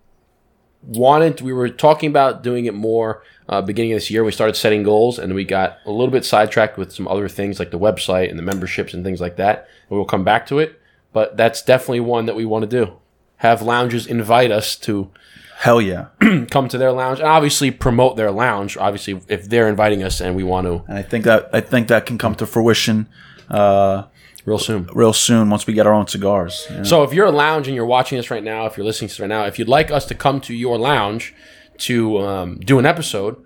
wanted, we were talking about doing it more uh, beginning of this year. We started setting goals and we got a little bit sidetracked with some other things like the website and the memberships and things like that. And we'll come back to it. But that's definitely one that we want to do. Have lounges invite us to
Hell yeah.
come to their lounge and obviously promote their lounge. Obviously, if they're inviting us and we want to
And I think that I think that can come to fruition uh,
real soon.
real soon once we get our own cigars. you know?
So if you're a lounge and you're watching this right now, if you're listening to this right now, if you'd like us to come to your lounge to um, do an episode,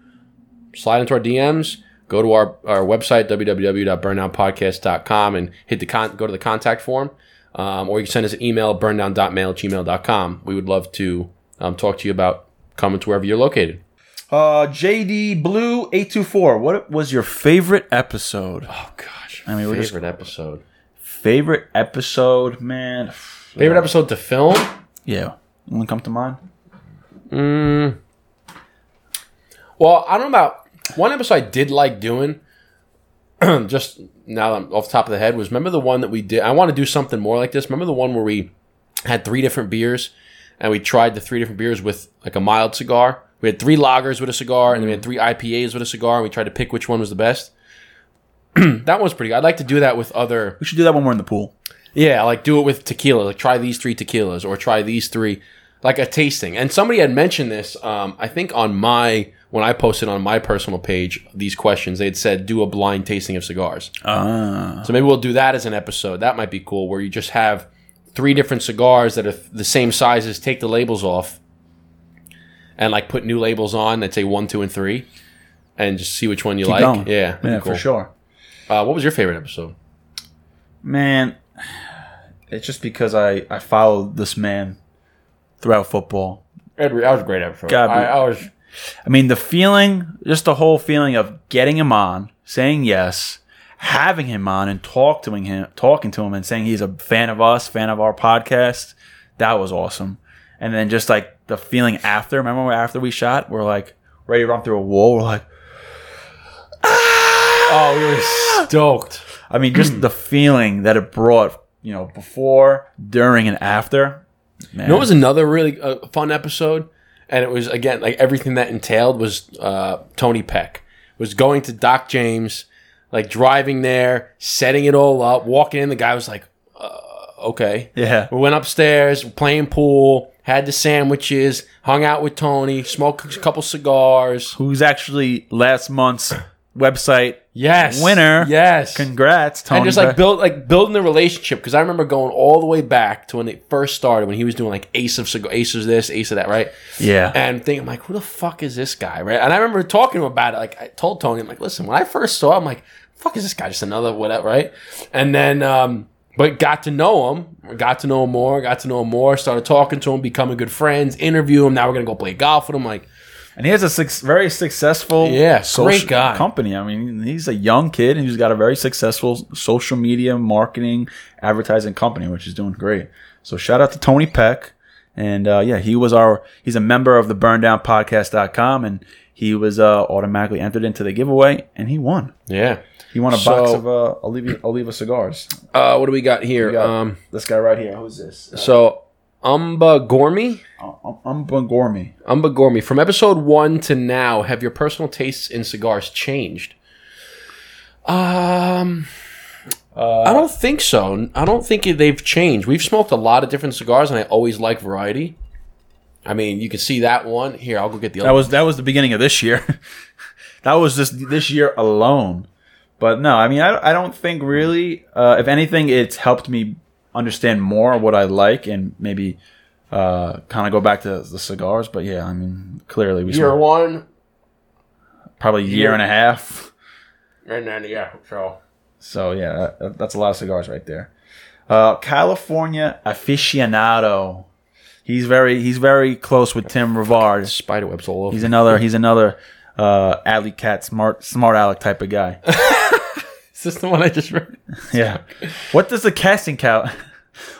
slide into our DMs, go to our, our website, www.burndownpodcast.com and hit the con- go to the contact form. Um, or you can send us an email, burndown.mail gmail.com. We would love to um, talk to you about coming to wherever you're located.
uh, JD Blue eight two four. What was your favorite episode?
Oh, gosh.
I mean, we're
favorite
just
episode.
favorite episode, man.
Favorite episode to film?
Yeah, one come to mind.
Mm. Well, I don't know about one episode I did like doing. just now that I'm off the top of the head was remember the one that we did. I want to do something more like this. Remember the one where we had three different beers and we tried the three different beers with like a mild cigar. We had three lagers with a cigar and then we had three IPAs with a cigar and we tried to pick which one was the best. that one's pretty good. I'd like to do that with other
We should do that when we're in the pool.
yeah, like do it with tequila. Like try these three tequilas or try these three, like a tasting. And somebody had mentioned this. Um, I think on my when I posted on my personal page these questions, they had said do a blind tasting of cigars.
Ah,
So maybe we'll do that as an episode. That might be cool, where you just have three different cigars that are the same sizes. Take the labels off, and like put new labels on that say one, two, and three, and just see which one you
Keep
like.
going.
Yeah, that'd be
yeah,
cool.
for sure.
Uh, what was your favorite episode?
Man, it's just because I I followed this man throughout football.
Ed, that was a great episode.
God,
I,
we-
I was
I mean, the feeling, just the whole feeling of getting him on, saying yes, having him on, and talk to him, talking to him, and saying he's a fan of us, fan of our podcast. That was awesome. And then just like the feeling after. Remember when- after we shot, we're like ready to run through a wall. We're like,
Oh, we were stoked.
I mean, just the feeling that it brought, you know, before, during, and after.
You know, it was another really uh, fun episode, and it was again like everything that entailed was uh, Tony Peck was going to Doc James, like driving there, setting it all up, walking in. The guy was like, uh, "Okay,
Yeah.
We went upstairs, playing pool, had the sandwiches, hung out with Tony, smoked a couple cigars.
Who's actually last month's website
yes
winner?
Yes,
Congrats, Tony.
and just like
Beck.
build like building the relationship because I remember going all the way back to when it first started when he was doing like Ace of Cigar, Ace of this, Ace of that, right?
Yeah.
And thinking I'm like, who the fuck is this guy, right? And I remember talking to him about it. Like I told Tony, I'm like, listen, when I first saw, him, I'm like, fuck is this guy? Just another whatever, right? And then, um, but got to know him, got to know him more, got to know him more, started talking to him, becoming good friends, interview him. Now we're gonna go play golf with him, like.
And he has a six, very successful
Yeah,
social
great guy.
company. I mean, he's a young kid and he's got a very successful social media marketing advertising company, which is doing great. So shout out to Tony Peck. And uh, yeah, he was our he's a member of the burndownpodcast.com and he was uh, automatically entered into the giveaway and he won.
Yeah.
He won a
So-
box of uh, Oliva, Oliva cigars.
Uh, what do we got here?
We got
um,
this guy right here. Who's this? Uh,
So, Umba Gormy?
Umba Gormy.
Umba Gormy. From episode one to now, have your personal tastes in cigars changed? Um, I don't think so. I don't think they've changed. We've smoked a lot of different cigars, and I always like variety. I mean, you can see that one. Here, I'll go get the other
That was that was the beginning of this year. that was just this year alone. But no, I mean, I, I don't think really. Uh, if anything, it's helped me understand more what I like and maybe uh, kind of go back to the cigars. But yeah, I mean, clearly we
one. Year
spent
one.
probably a year and a half.
And then, yeah, so.
So yeah, that, that's a lot of cigars right there. Uh, California aficionado. He's very he's very close with Tim Rivard.
Spiderwebs all over.
He's another he's another uh, alley cat smart smart aleck type of guy.
Is this the one I just read?
Yeah. What does the casting couch?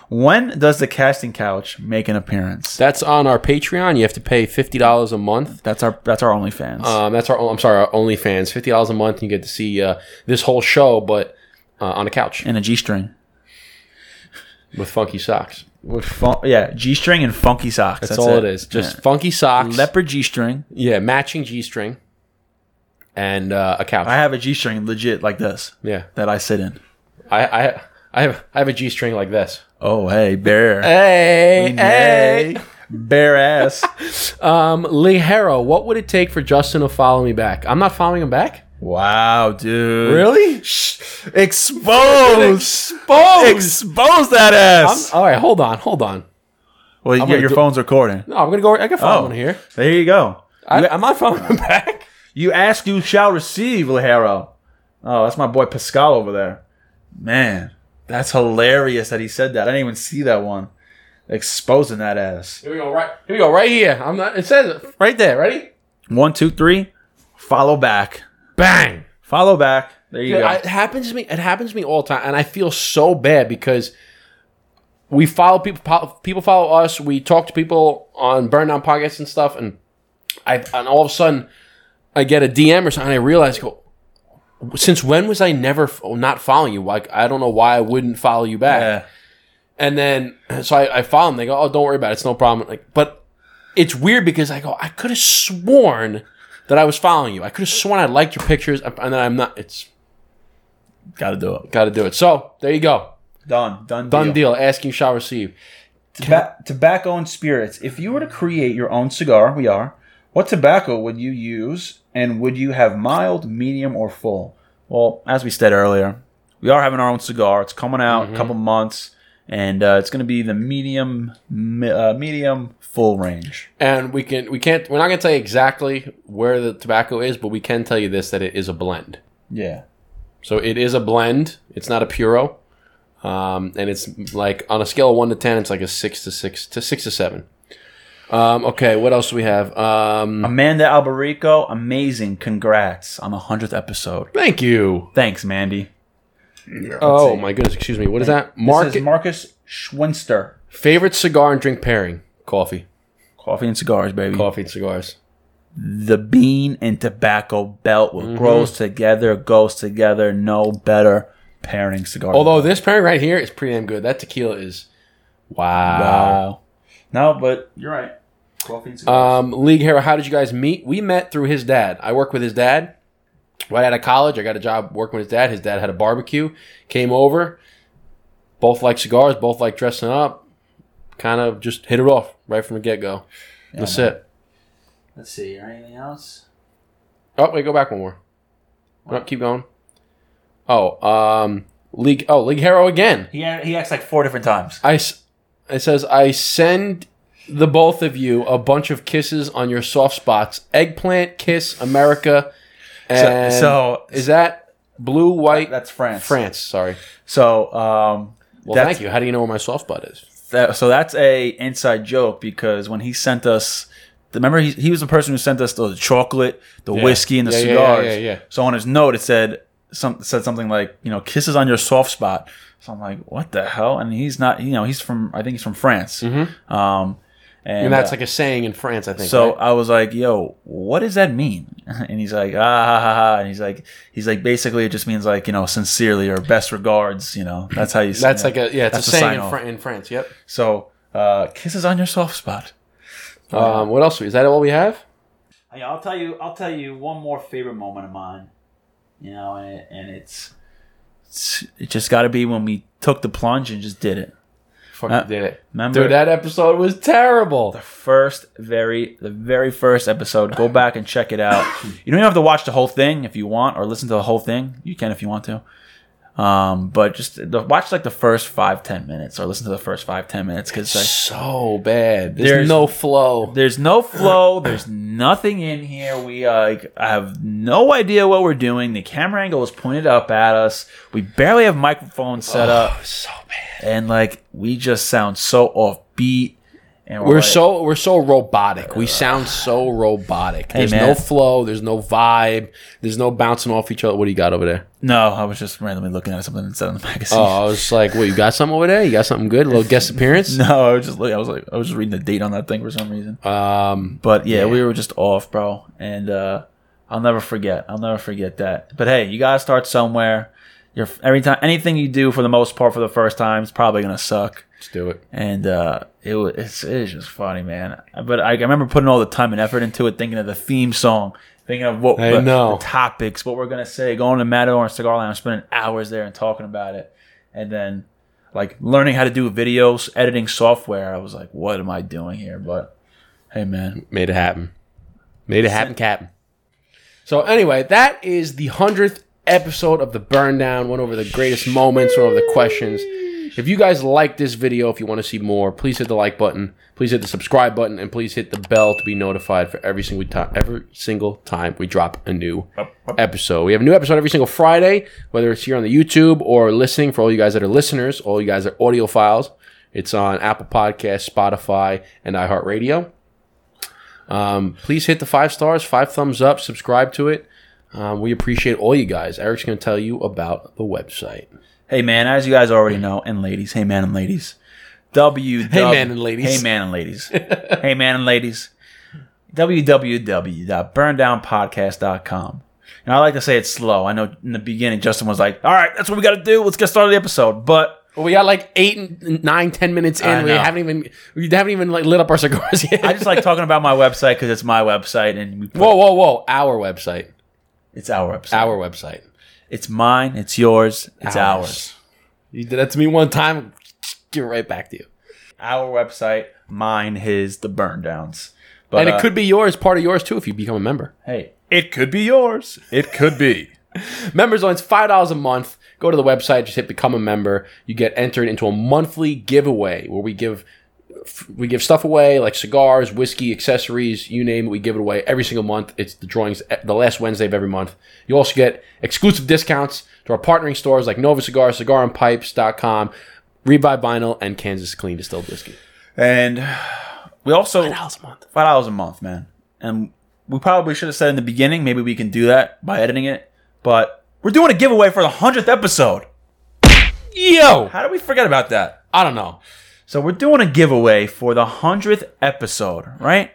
When does the casting couch make an appearance?
That's on our Patreon. You have to pay fifty dollars a month.
That's our that's our OnlyFans.
Um, that's our I'm sorry, our OnlyFans. Fifty dollars a month, and you get to see uh, this whole show, but uh, on a couch
and a G string
with funky socks.
with fun- yeah G string and funky socks.
That's, all it is. Just funky socks,
leopard G string.
yeah, matching g string, and uh, a couch.
I have a G string legit like this
yeah,
that I sit in.
I I I have I have a g string like this.
Oh hey bear
Hey,
We
hey.
may. bare ass.
Um, Lee Harrow, what would it take for Justin to follow me back? I'm not following him back.
Wow, dude.
Really?
Expose.
Exposed.
Expose that
I'm,
ass.
all right, hold on, hold on.
well,
I'm
yeah,
gonna
your
do-
phone's recording.
No, I'm gonna go. I can follow
Oh.
him here.
There you go.
I, I'm not following him back.
You ask, you shall receive, Lajero. Oh, that's my boy Pascal over there. Man, that's hilarious that he said that. I didn't even see that one. Exposing that ass.
Here we go, right here we go, right here. I'm not it says it right there, ready?
One, two, three. Follow back.
Bang.
Follow back. There you
Dude,
go.
I- it happens to me it happens to me all the time and I feel so bad because we follow people po- people follow us, we talk to people on burn down podcasts and stuff and I and all of a sudden I get a DM or something and I realize go since when was I never f- not following you? Like I don't know why I wouldn't follow you back.
yeah.
And then so I, I follow them. They go, "Oh, don't worry about it. It's no problem." Like, but it's weird because I go, I could have sworn that I was following you. I could have sworn I liked your pictures, and then I'm not. It's
Gotta do it.
got to do it. So there you go,
Done. Done.
done deal. Asking shall receive.
Toba- tobacco and spirits. If you were to create your own cigar, we are. What tobacco would you use, and would you have mild, medium, or full? Well, as we said earlier, we are having our own cigar. It's coming out in a couple months, and uh, it's going to be the medium, me- uh, medium, full range.
And we can we can't we're not gonna tell you exactly where the tobacco is, but we can tell you this that it is a blend.
Yeah,
So it is a blend. It's not a puro, um, and it's like on a scale of one to ten, it's like a six to six to six to seven. Um, okay, what else do we have? Um,
Amanda Albarico, amazing! Congrats on the hundredth episode.
Thank you.
Thanks, Mandy.
Oh my goodness, excuse me. What is that?
Marcus
Market
Marcus Schwinster.
favorite cigar and drink pairing. Coffee.
Coffee and cigars, baby.
Coffee and cigars.
the bean and tobacco belt what
Mm-hmm.
grows together goes together no better pairing cigar
Although this pairing right here is pretty damn good. That tequila is wow.
no but you're right coffee and cigars.
Um, League Hero, how did you guys meet? We met through his dad. I worked with his dad right out of college. I got a job working with his dad. His dad had a barbecue. Came over. Both like cigars. Both like dressing up. Kind of just hit it off right from the get go. That's it.
let's see anything else
Oh wait, go back one more. No, keep going. Oh, um, League. Oh, League Hero again.
he, he acts like four different times
I, s- it says, I send the both of you a bunch of kisses on your soft spots. Eggplant, kiss, America. And
so-
is that blue, white?
that's France.
France, sorry.
so um
Well,
that's-
thank you. How do you know where my soft spot is?
that, so that's a inside joke because when he sent us remember he, he was the person who sent us the chocolate the
Yeah.
whiskey and the
Yeah, yeah, yeah,
cigars
yeah, yeah.
so on his note it said some said something like you know kisses on your soft spot so i'm like what the hell and he's not you know he's from i think he's from france um and,
And, that's
uh,
like a Mm-hmm. saying in France, I think.
so uh,
right?
I was like, "Yo, what does that mean?" And he's like, "Ah, ha, ha, ha." And he's like, "He's like, basically, it just means like, you know, sincerely or best regards. You know, that's how you.
that's like a, yeah, it's a
that's the
saying
sign
in,
off.
Fran in France, yep.
So uh, kisses on your soft spot.
Um, what else? Is that all we have?
Hey, I'll tell you. I'll tell you one more favorite moment of mine. You know, and, it, and it's, it's it just got to be when we took the plunge and just did it.
Fuck,
Uh,
you did it.
Remember
Dude, that episode was terrible.
the first, very, the very first episode. Go back and check it out. you don't even have to watch the whole thing if you want, or listen to the whole thing. You can if you want to. Um, but just the, watch like the first five ten minutes, or listen to the first five ten minutes because like,
So bad. There's,
There's-
no flow.
There's no flow. There's nothing in here. We uh, I have no idea what we're doing. The camera angle is pointed up at us. We barely have microphones set up,
So bad.
and like we just sound so offbeat. And
We're
like-
so we're so robotic. We sound so robotic.
Hey,
there's
man.
no flow. There's no vibe. There's no bouncing off each other. What do you got over there?
no. I was just randomly looking at something instead of the magazine.
Oh, I was like, what? You got something over there? You got something good? A little guest appearance?
No, I was just looking. I was like, I was just reading the date on that thing for some reason.
Um,
But yeah, we were just off, bro. And uh, I'll never forget. I'll never forget that. But hey, you gotta start somewhere. Your every time anything you do for the most part for the first time is probably gonna suck.
let's do it.
And uh, it was it's, it's just funny, man. But I, I remember putting all the time and effort into it, thinking of the theme song, thinking of what
I
the,
know.
the topics, what we're gonna say, going to Matador and Cigar Lounge, spending hours there and talking about it, and then like learning how to do videos, editing software. I was like, what am I doing here? But hey, man,
Made it happen. Made it happen, Captain. So anyway, that is the hundredth episode of the Burn Down. Went over the greatest moments, went over the questions. If you guys like this video, if you want to see more, please hit the like button. Please hit the subscribe button, and please hit the bell to be notified for every single time. Every single time we drop a new episode, we have a new episode every single Friday. Whether it's here on the YouTube or listening, for all you guys that are listeners, all you guys that are audiophiles, it's on Apple Podcasts, Spotify, and iHeartRadio. Um, please hit the five stars, five thumbs up, subscribe to it. Um, we appreciate all you guys. Eric's going to tell you about the website.
Hey man, as you guys already know, and ladies, hey man and ladies, W
Hey, man and ladies.
hey man and ladies, hey man and ladies, www.burndownpodcast.com. And I like to say it's slow. I know in the beginning Justin was like, "All right, that's what we got to do. Let's get started the episode." But
Well, we got like eight, nine, ten minutes
I
in. We
know.
haven't even we haven't even like lit up our cigars yet.
I just like talking about my website because it's my website, and we put,
whoa, whoa, whoa! Our website,
it's our website.
our website.
It's mine. It's yours. It's
Ours.
ours.
You did that to me one time. Give it right back to you.
Our website, mine, his, the burn downs. But
and
uh,
it could be yours, part of yours too, if you become a member.
hey, it could be yours.
It could be.
Members only it's five dollars a month. Go to the website, just hit become a member. You get entered into a monthly giveaway where we give we give stuff away like cigars, whiskey, accessories, you name it. We give it away every single month. It's the drawings e, the last Wednesday of every month. You also get exclusive discounts to our partnering stores like Nova Cigars, CigarandPipes.com, Revive Vinyl, and Kansas Clean Distilled Whiskey.
And we also five
$5 a month.
dollars a month, man. And we probably should have said in the beginning, maybe we can do that by editing it. But we're doing a giveaway for the hundredth episode.
Yo,
How did we forget about that?
I don't know.
So we're doing a giveaway for the hundredth episode, right?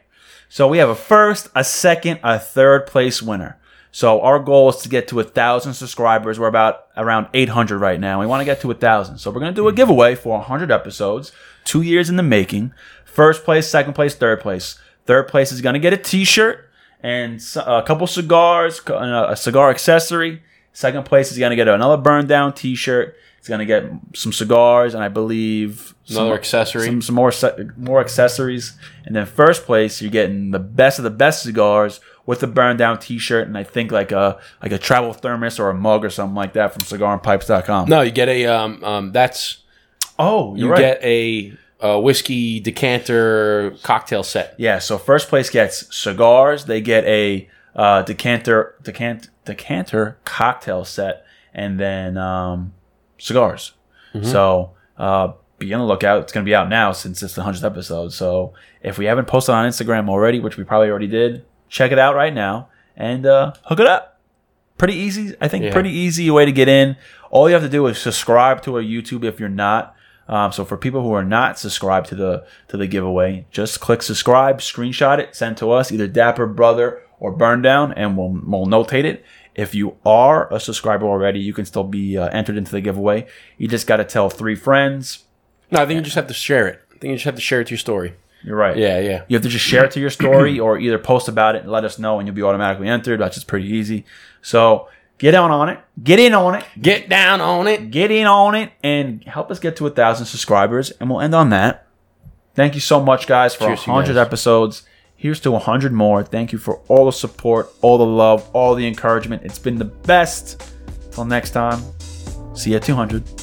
So we have a first, a second, a third place winner. So our goal is to get to a thousand subscribers. We're about around 800 right now. We want to get to a thousand. So we're going to
Hmm.
do a giveaway for 100 episodes, two years in the making. First place, second place, third place. Third place is going to get a T-shirt and s- a couple cigars, c- and a a cigar accessory. Second place is going to get another burn down T-shirt. It's going to get some cigars and I believe some-
Another accessory.
some, some more se- more accessories. And then first place, you're getting the best of the best cigars with a burn down T-shirt, and I think like a like a travel thermos or a mug or something like that from CigarandPipes.com.
No, you get a um, um that's
oh you're
you
right.
get a, a whiskey decanter cocktail set.
Yeah, so first place gets cigars. They get a uh, decanter decant decanter cocktail set, and then um, cigars.
Mhm.
So uh, be on the lookout. It's going to be out now since it's the hundredth episode. So if we haven't posted on Instagram already, which we probably already did, check it out right now and uh, hook it up. Pretty easy, I think.
Yeah.
Pretty easy way to get in. All you have to do is subscribe to our YouTube if you're not. Um, so for people who are not subscribed to the to the giveaway, just click subscribe, screenshot it, send to us either Dapper Brother or Burn Down, and we'll we'll notate it. If you are a subscriber already, you can still be uh, entered into the giveaway. You just got to tell three friends.
No, I think you just have to share it. I think you just have to share it to your story.
You're right.
Yeah, yeah.
You have to just share it to your story or either post about it and let us know, and you'll be automatically entered. That's just pretty easy. So get down on it. Get in on it.
Get down on it.
Get in on it and help us get to a thousand subscribers. And we'll end on that. Thank you so much, guys, for a
Cheers, you
100
guys.
episodes. Here's to 100 more. Thank you for all the support, all the love, all the encouragement. It's been the best. Till next time, see you at 200.